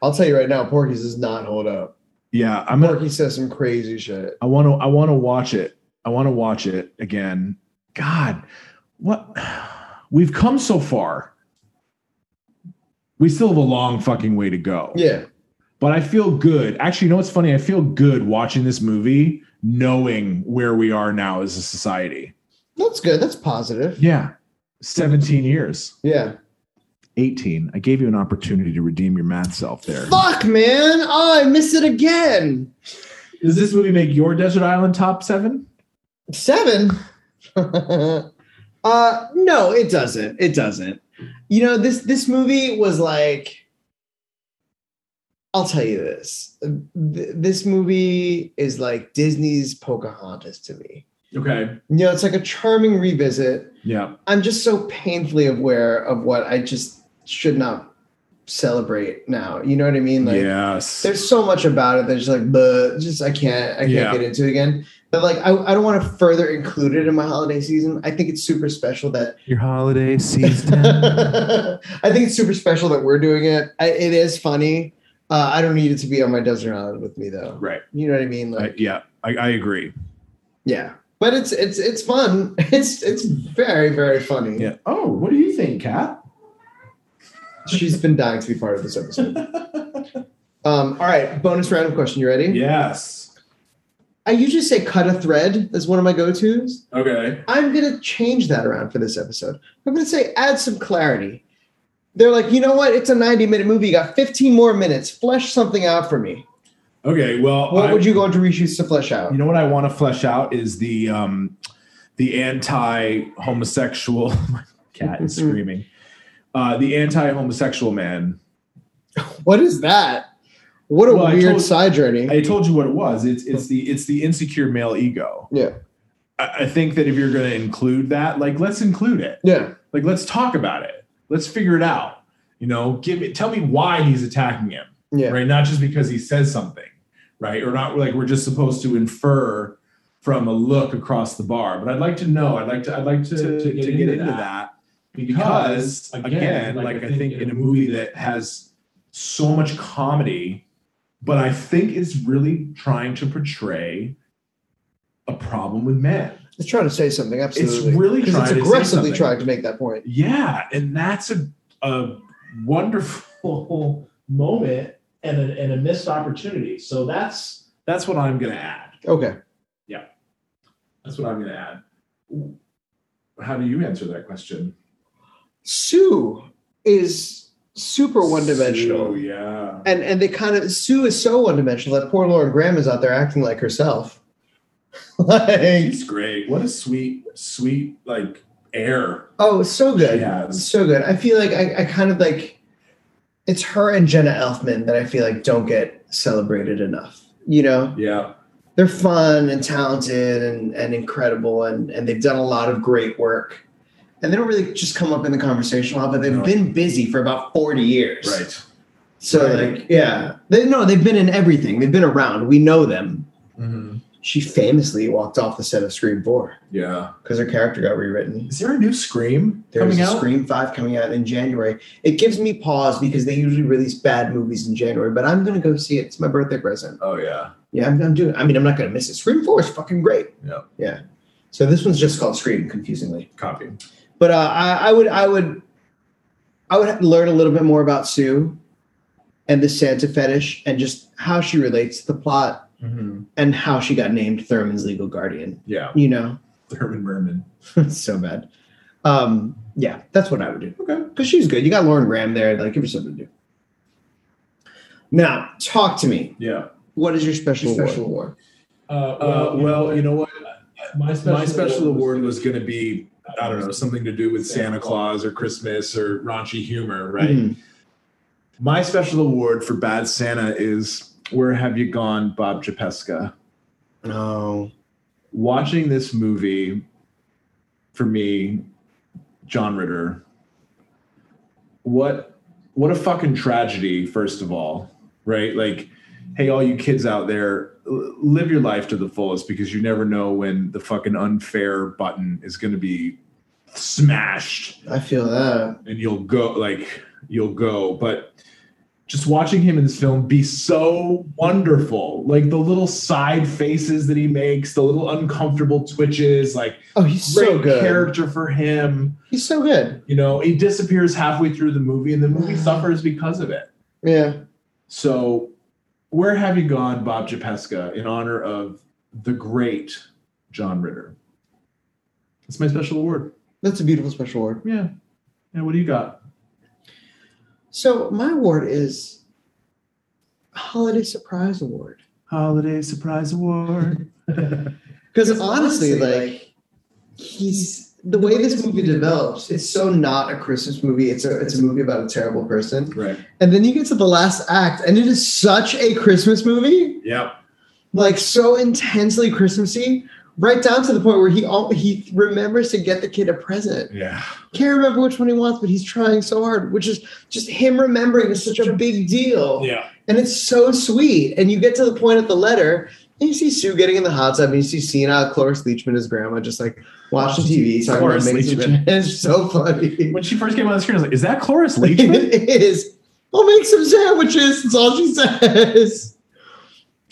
Speaker 1: I'll tell you right now, Porky's does not hold up.
Speaker 3: Yeah, I'm gonna,
Speaker 1: Porky says some crazy shit.
Speaker 3: I want to I want to watch it. I want to watch it again. God, what <sighs> we've come so far. We still have a long fucking way to go.
Speaker 1: Yeah.
Speaker 3: But I feel good. Actually, you know what's funny? I feel good watching this movie knowing where we are now as a society.
Speaker 1: That's good. That's positive.
Speaker 3: Yeah. 17 years.
Speaker 1: Yeah.
Speaker 3: 18. I gave you an opportunity to redeem your math self there.
Speaker 1: Fuck, man. Oh, I missed it again.
Speaker 3: Does this movie make your Desert Island top seven?
Speaker 1: Seven. <laughs> uh no, it doesn't. It doesn't. You know, this this movie was like I'll tell you this. Th- This movie is like Disney's Pocahontas to me.
Speaker 7: Okay.
Speaker 1: You know, it's like a charming revisit.
Speaker 3: Yeah.
Speaker 1: I'm just so painfully aware of what I just should not celebrate now. You know what I mean? Like,
Speaker 3: yes.
Speaker 1: there's so much about it that's just like but just i can't i can't
Speaker 3: Yeah.
Speaker 1: get into it again but like I, I don't want to further include it in my holiday season i think it's super special
Speaker 3: <laughs>
Speaker 1: that <laughs>
Speaker 3: Your holiday season.
Speaker 1: i think it's super special that we're doing it I, it is funny uh, i don't need it to be on my desert island with me though
Speaker 3: right.
Speaker 1: you know what i mean like
Speaker 3: I, yeah. I, I agree.
Speaker 1: yeah but it's it's it's fun <laughs> it's it's very very funny
Speaker 3: Yeah.
Speaker 7: Oh, what do you think, Kat?
Speaker 1: she's been dying to be part of this episode um all right bonus random question you ready
Speaker 7: Yes.
Speaker 1: i usually say cut a thread as one of my go-to's
Speaker 7: Okay.
Speaker 1: I'm going to change that around for this episode. I'm going to say add some clarity. They're like, you know what? It's a 90 minute movie. You got 15 more minutes. Flesh something out for me.
Speaker 3: Okay. Well,
Speaker 1: What
Speaker 3: I-
Speaker 1: would you go into reshoots to flesh out?
Speaker 3: you know what I want to flesh out is the um the anti <laughs> homosexual cat is screaming. Uh the anti homosexual man.
Speaker 1: What is that? What a
Speaker 3: Well, I
Speaker 1: weird
Speaker 3: told-
Speaker 1: side journey.
Speaker 3: I told you what it was. It's it's the it's the insecure male ego.
Speaker 1: yeah.
Speaker 3: I, I think that if you're gonna include that, like let's include it.
Speaker 1: Yeah.
Speaker 3: Like let's talk about it. Let's figure it out. You know, give me tell me why he's attacking him.
Speaker 1: Yeah.
Speaker 3: right? Not just because he says something, right? Or not like we're just supposed to infer from a look across the bar. But I'd like to know. I'd like to. I'd like to to, to get, into that, because again, like, I think in a movie that has so much comedy, but I think it's really trying to portray a problem with men.
Speaker 1: It's trying to say something. Absolutely.
Speaker 3: really
Speaker 1: 'Cause
Speaker 3: trying to
Speaker 1: It's
Speaker 3: say
Speaker 1: aggressively
Speaker 3: something.
Speaker 1: trying to make that point.
Speaker 3: Yeah, and that's a a wonderful
Speaker 7: <laughs> moment and a, and a missed opportunity. So that's
Speaker 3: that's what I'm gonna add.
Speaker 1: Okay.
Speaker 7: that's what I'm going to add. How do you answer that question?
Speaker 1: Sue is super one dimensional.
Speaker 7: So, Oh, yeah.
Speaker 1: And and they kind of Sue is so one dimensional that poor Lauren Graham is out there acting like herself. <laughs> like
Speaker 7: She's great. What a sweet, sweet like air
Speaker 1: oh, so good.
Speaker 7: she has.
Speaker 1: so good. I feel like I, I kind of like it's her and Jenna Elfman that I feel like don't get celebrated enough. You know,
Speaker 7: Yeah.
Speaker 1: they're fun and talented and, and incredible, and, and they've done a lot of great work. And they don't really just come up in the conversation a lot, but they've
Speaker 7: No.
Speaker 1: been busy for about 40 years.
Speaker 7: Right.
Speaker 1: So,
Speaker 7: Right.
Speaker 1: like, yeah. They, no, they've been in everything, they've been around. We know them. Mm-hmm. She famously walked off the set of Scream 4
Speaker 7: Yeah.
Speaker 1: because her character got rewritten.
Speaker 3: Is there a new Scream
Speaker 1: There's
Speaker 3: coming
Speaker 1: a
Speaker 3: out?
Speaker 1: Scream 5 coming out in January. It gives me pause because they usually release bad movies in January, but I'm going to go see it. It's my birthday present.
Speaker 7: Oh yeah.
Speaker 1: Yeah, I'm, I'm doing I mean, I'm not going to miss it. Scream 4 is fucking great.
Speaker 7: Yeah.
Speaker 1: Yeah. So this one's just called Scream, confusingly.
Speaker 7: Copy.
Speaker 1: But uh, I, I would, I would, I would learn a little bit more about Sue and the Santa fetish and just how she relates to the plot and how she got named Thurman's legal guardian.
Speaker 7: Yeah.
Speaker 1: You know, <laughs>
Speaker 7: Thurman Merman.
Speaker 1: it's so bad. Um, yeah, that's what I would do.
Speaker 7: Okay.
Speaker 1: Because she's good. You got Lauren Graham there. Like, give her something to do. Now, talk to me.
Speaker 7: Yeah.
Speaker 1: What is your special,
Speaker 3: Special
Speaker 1: award?
Speaker 7: Uh,
Speaker 3: Uh, well, you know what? Uh,
Speaker 7: my
Speaker 3: My special award was going to be I don't know something to do with Santa Claus or Christmas or raunchy humor, right?
Speaker 1: Mhm.
Speaker 3: My special award for Bad Santa is Where Have You Gone, Bob Chapeska.
Speaker 1: No.
Speaker 3: Watching this movie for me, John Ritter. What what a fucking tragedy! First of all, right? Like, hey, all you kids out there, l- live your life to the fullest because you never know when the fucking unfair button is going to be smashed
Speaker 1: I feel that.
Speaker 3: and you'll go like you'll go but just watching him in this film be so wonderful like the little side faces that he makes the little uncomfortable twitches like
Speaker 1: Oh, he's
Speaker 3: great
Speaker 1: so good.
Speaker 3: character for him
Speaker 1: He's so good.
Speaker 3: you know he disappears halfway through the movie and
Speaker 1: <sighs>
Speaker 3: the movie suffers because of it
Speaker 1: Yeah.
Speaker 3: so where have you gone bob Japeska, in honor of the great john ritter that's my special award
Speaker 1: That's a beautiful special award.
Speaker 3: yeah yeah what do you got
Speaker 1: So my award is Holiday Surprise Award.
Speaker 3: holiday surprise award
Speaker 1: Because honestly, like he's the way this movie develops, it's so not a Christmas movie. It's a it's a movie about a terrible person.
Speaker 3: Right.
Speaker 1: And then you get to the last act, and it is such a Christmas movie,
Speaker 3: Yep.
Speaker 1: like so intensely Christmassy, right down to the point where he all, he remembers to get the kid a present.
Speaker 2: Yeah.
Speaker 1: Can't remember which one he wants, but he's trying so hard, which is just him remembering is such a big deal.
Speaker 8: Yeah.
Speaker 1: And it's so sweet. And you get to the point of the letter, and you see Sue getting in the hot tub, and you see senile Cloris Leachman, his grandma, just like watching TV, talking
Speaker 3: Cloris
Speaker 1: about Minx.
Speaker 3: Leachman.
Speaker 1: <laughs> It's so funny.
Speaker 3: When she first came on the screen, I was like, "Is that Cloris <laughs>
Speaker 1: <laughs>
Speaker 3: Leachman?"
Speaker 1: it is. I'll make some sandwiches. That's all she says.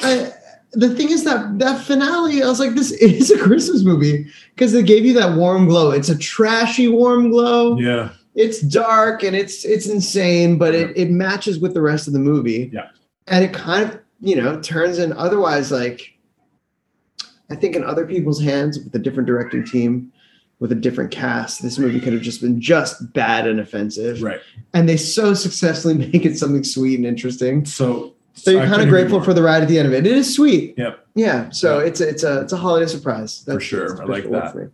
Speaker 1: I, the thing is that that finale, I was like, this <laughs> is a Christmas movie because they gave you that warm glow. It's a trashy warm glow.
Speaker 2: Yeah.
Speaker 1: It's dark and it's it's insane, but it, it matches with the rest of the movie.
Speaker 2: Yeah.
Speaker 1: And it kind of, you know, turns in otherwise like I think in other people's hands with a different directing team, with a different cast, this movie could have just been just bad and offensive
Speaker 2: Right.
Speaker 1: and they so successfully <laughs> make it something sweet and interesting.
Speaker 2: So
Speaker 1: So
Speaker 2: I
Speaker 1: you're kind
Speaker 2: couldn't
Speaker 1: of
Speaker 2: agree
Speaker 1: grateful
Speaker 2: more.
Speaker 1: for the ride at the end of it. It is sweet.
Speaker 2: Yep.
Speaker 1: Yeah. So it's a it's a it's a holiday surprise. That's,
Speaker 2: sure.
Speaker 1: that's a
Speaker 2: I like
Speaker 1: special one
Speaker 2: that.
Speaker 1: for me.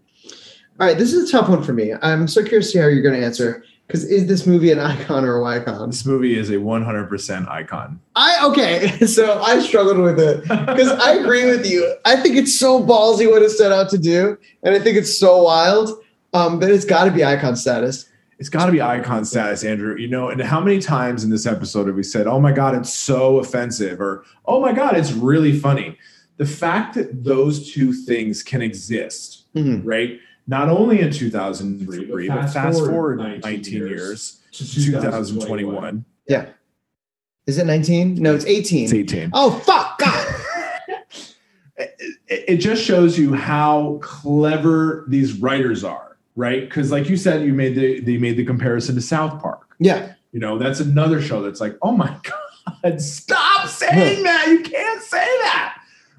Speaker 1: All right, this is a tough one for me. I'm so curious to see how you're going to answer because is this movie an icon or a icon?
Speaker 3: this movie is a 100% icon.
Speaker 1: I okay. <laughs> So I struggled with it because I agree with you. I think it's so ballsy what it set out to do, and I think it's so wild um, that it's got to be icon status.
Speaker 3: It's got to be icon status, Andrew. You know, and how many times in this episode have we said, oh my God, it's so offensive, or oh my God, it's really funny? The fact that those two things can exist,
Speaker 1: Mhm.
Speaker 3: right? Not only in 2003, but
Speaker 2: Fast
Speaker 3: fast
Speaker 2: forward
Speaker 3: forward
Speaker 2: 19
Speaker 3: 19 years
Speaker 2: years
Speaker 3: to 2021.
Speaker 1: Is it 19? No, it's 18.
Speaker 3: It's 18.
Speaker 1: Oh fuck! God.
Speaker 3: it it just shows you how clever these writers are, right? Because like you said, you made the they made the comparison to South Park.
Speaker 1: Yeah.
Speaker 3: You know, that's another show that's like, oh my <laughs> god, stop saying that. You can't say that.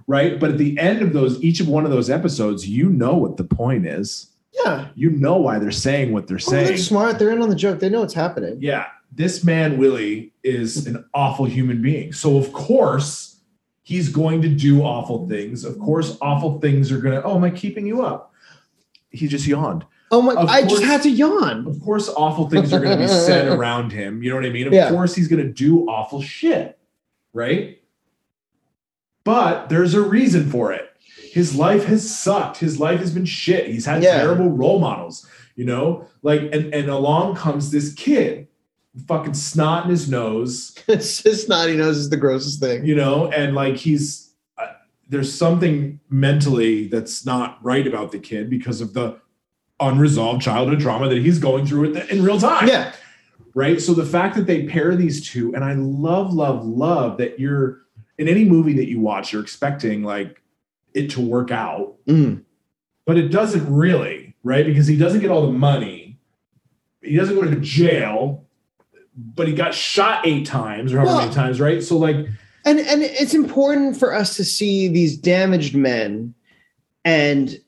Speaker 3: Right. But at the end of those, each of one of those episodes, you know what the point is.
Speaker 1: Yeah.
Speaker 3: You know why they're saying what they're
Speaker 1: Oh, they're
Speaker 3: saying.
Speaker 1: smart. They're in on the joke. They know what's happening.
Speaker 3: yeah, this man Willie is an awful human being. So of course he's going to do awful things. Of course, awful things are gonna. Oh, am I keeping you up? He just yawned.
Speaker 1: Oh my!
Speaker 3: Of
Speaker 1: I
Speaker 3: course.
Speaker 1: just had to yawn.
Speaker 3: Of course, awful things are gonna
Speaker 1: <laughs>
Speaker 3: be said around him. You know what I mean? Of
Speaker 1: Yeah.
Speaker 3: course, he's gonna do awful shit, right? But there's a reason for it. His life has sucked. His life has been shit. He's had
Speaker 1: Yeah.
Speaker 3: terrible role models, you know? Like, and, and along comes this kid, fucking snot in his nose,
Speaker 1: <laughs> it's just snotty nose is the grossest thing.
Speaker 3: you know and like he's uh, there's something mentally that's not right about the kid because of the unresolved childhood trauma that he's going through with it in real time
Speaker 1: Yeah.
Speaker 3: right so the fact that they pair these two and i love love love that you're in any movie that you watch you're expecting like it to work out
Speaker 1: Mm.
Speaker 3: but it doesn't really, right? Because he doesn't get all the money. He doesn't go to jail, but he got shot eight times or however
Speaker 1: Well-
Speaker 3: many times, right? So like,
Speaker 1: And and it's important for us to see these damaged men, and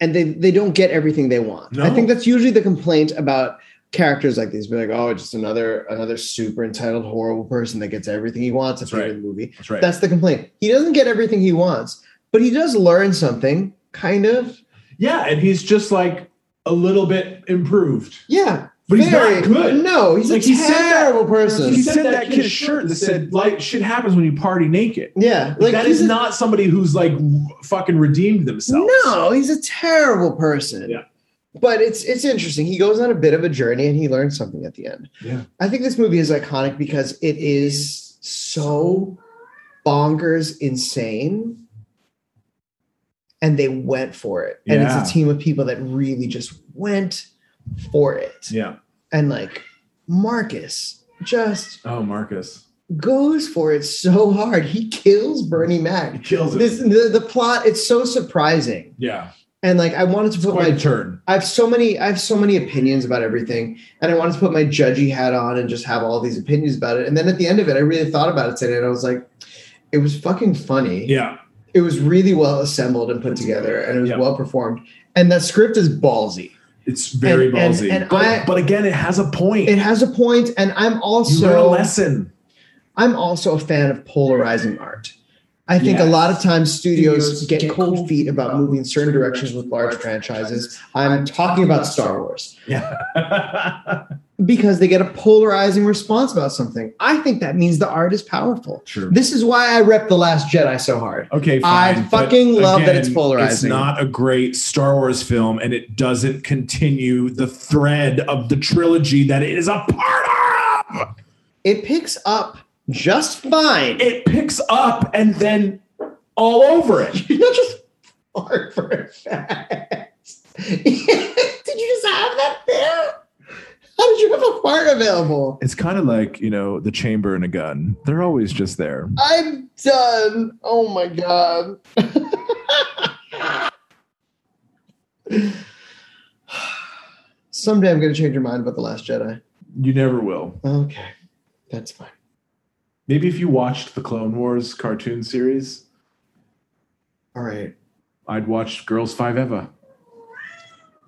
Speaker 1: and they they don't get everything they want.
Speaker 3: No.
Speaker 1: I think that's usually the complaint about characters like these. Be like, oh, just another another super entitled horrible person that gets everything he wants at
Speaker 3: That's
Speaker 1: the end of
Speaker 3: right.
Speaker 1: the movie.
Speaker 3: that's right.
Speaker 1: That's the complaint. He doesn't get everything he wants, but he does learn something. Kind of.
Speaker 3: yeah, and he's just like a little bit improved,
Speaker 1: Yeah.
Speaker 3: but he's
Speaker 1: Very-
Speaker 3: not good.
Speaker 1: No, he's
Speaker 3: Like,
Speaker 1: a
Speaker 3: he said that-
Speaker 1: terrible person.
Speaker 3: He sent that kid a shirt that said like shit happens when you party naked.
Speaker 1: yeah,
Speaker 3: Like that
Speaker 1: he's
Speaker 3: is
Speaker 1: a-
Speaker 3: not somebody who's like fucking redeemed themselves.
Speaker 1: No, he's a terrible person.
Speaker 3: Yeah.
Speaker 1: But it's it's interesting. He goes on a bit of a journey and he learns something at the end.
Speaker 3: Yeah.
Speaker 1: I think this movie is iconic because it is so bonkers insane. And they went for it. And
Speaker 3: Yeah.
Speaker 1: it's a team of people that really just went for it.
Speaker 3: Yeah.
Speaker 1: And like Marcus just
Speaker 3: Oh, Marcus.
Speaker 1: goes for it so hard. He kills Bernie Mac.
Speaker 3: He kills it.
Speaker 1: This the, the plot. It's so surprising,
Speaker 3: yeah.
Speaker 1: and like I wanted to put
Speaker 3: Quite a
Speaker 1: my
Speaker 3: turn.
Speaker 1: I have so many I have so many opinions about everything, and I wanted to put my judgy hat on and just have all these opinions about it. And then at the end of it, I really thought about it today, and I was like, it was fucking funny.
Speaker 3: Yeah.
Speaker 1: It was really well assembled and put together, and it was
Speaker 3: Yeah.
Speaker 1: well performed. And that script is ballsy.
Speaker 3: It's very
Speaker 1: And- and-
Speaker 3: ballsy.
Speaker 1: and
Speaker 3: but,
Speaker 1: I-
Speaker 3: but again, it has a point.
Speaker 1: It has a point, and I'm
Speaker 3: you learn a
Speaker 1: also <laughs>
Speaker 3: lesson.
Speaker 1: I'm also a fan of polarizing art. I think a
Speaker 3: Yes.
Speaker 1: lot of times studios,
Speaker 9: Studios
Speaker 1: get, cold, feet about moving in certain directions with large franchises. I'm, talking, about Star Wars.
Speaker 3: Yeah.
Speaker 1: because they get a polarizing response about something. I think that means the art is powerful.
Speaker 2: Sure.
Speaker 1: This is why I rep The Last Jedi so hard.
Speaker 2: Okay,
Speaker 1: I
Speaker 2: fine. but
Speaker 1: fucking love that
Speaker 2: again,
Speaker 1: it's polarizing.
Speaker 2: It's not a great Star Wars film, and it doesn't continue the thread of the trilogy that it is a part of.
Speaker 1: It picks up just fine. <laughs>
Speaker 2: It picks up and then all over it.
Speaker 1: You're not just fart for a fact. <laughs> Did you just have that there? How did you have a fart available?
Speaker 2: It's kind of like you know the chamber and a gun. They're always just there.
Speaker 1: I'm done. Oh my god. Someday I'm going to change your mind about The Last Jedi.
Speaker 2: You never will.
Speaker 1: Okay. That's fine.
Speaker 2: Maybe if you watched the Clone Wars cartoon series,
Speaker 1: All right.
Speaker 2: I'd watch Girls Five Eva.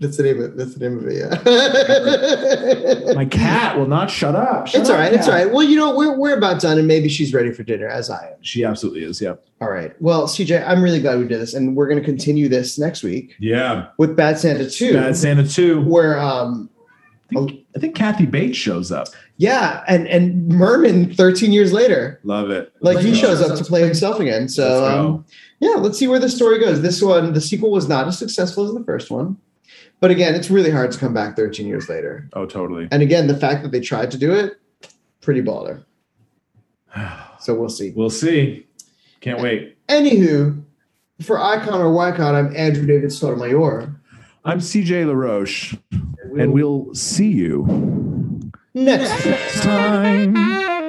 Speaker 1: That's the name of that's the name of it. Yeah.
Speaker 2: My cat will not shut up. Shut
Speaker 1: it's
Speaker 2: up,
Speaker 1: all right. It's all
Speaker 2: cat.
Speaker 1: right. Well, you know, we're we're about done and maybe she's ready for dinner as I am.
Speaker 2: She absolutely is. Yeah.
Speaker 1: All right. Well, CJ, I'm really glad we did this and we're going to continue this next week
Speaker 2: Yeah.
Speaker 1: with Bad Santa 2
Speaker 2: Bad Santa Two.
Speaker 1: where um
Speaker 2: I think, I think Kathy Bates shows up.
Speaker 1: yeah, and and Merman 13 years later.
Speaker 2: Love it.
Speaker 1: like
Speaker 2: Let's
Speaker 1: he
Speaker 2: go.
Speaker 1: shows up to play himself again. So
Speaker 2: oh, Let's go.
Speaker 1: um, yeah, let's see where the story goes. This one, the sequel was not as successful as the first one, but again, it's really hard to come back 13 years later.
Speaker 2: oh, totally.
Speaker 1: And again, the fact that they tried to do it, pretty
Speaker 2: <sighs>
Speaker 1: baller. So we'll see.
Speaker 2: We'll see. Can't wait.
Speaker 1: Anywho, for Icon or Ycon, I'm Andrew David Sotomayor.
Speaker 2: I'm CJ LaRoche, and we'll see you
Speaker 1: Next.
Speaker 2: next time.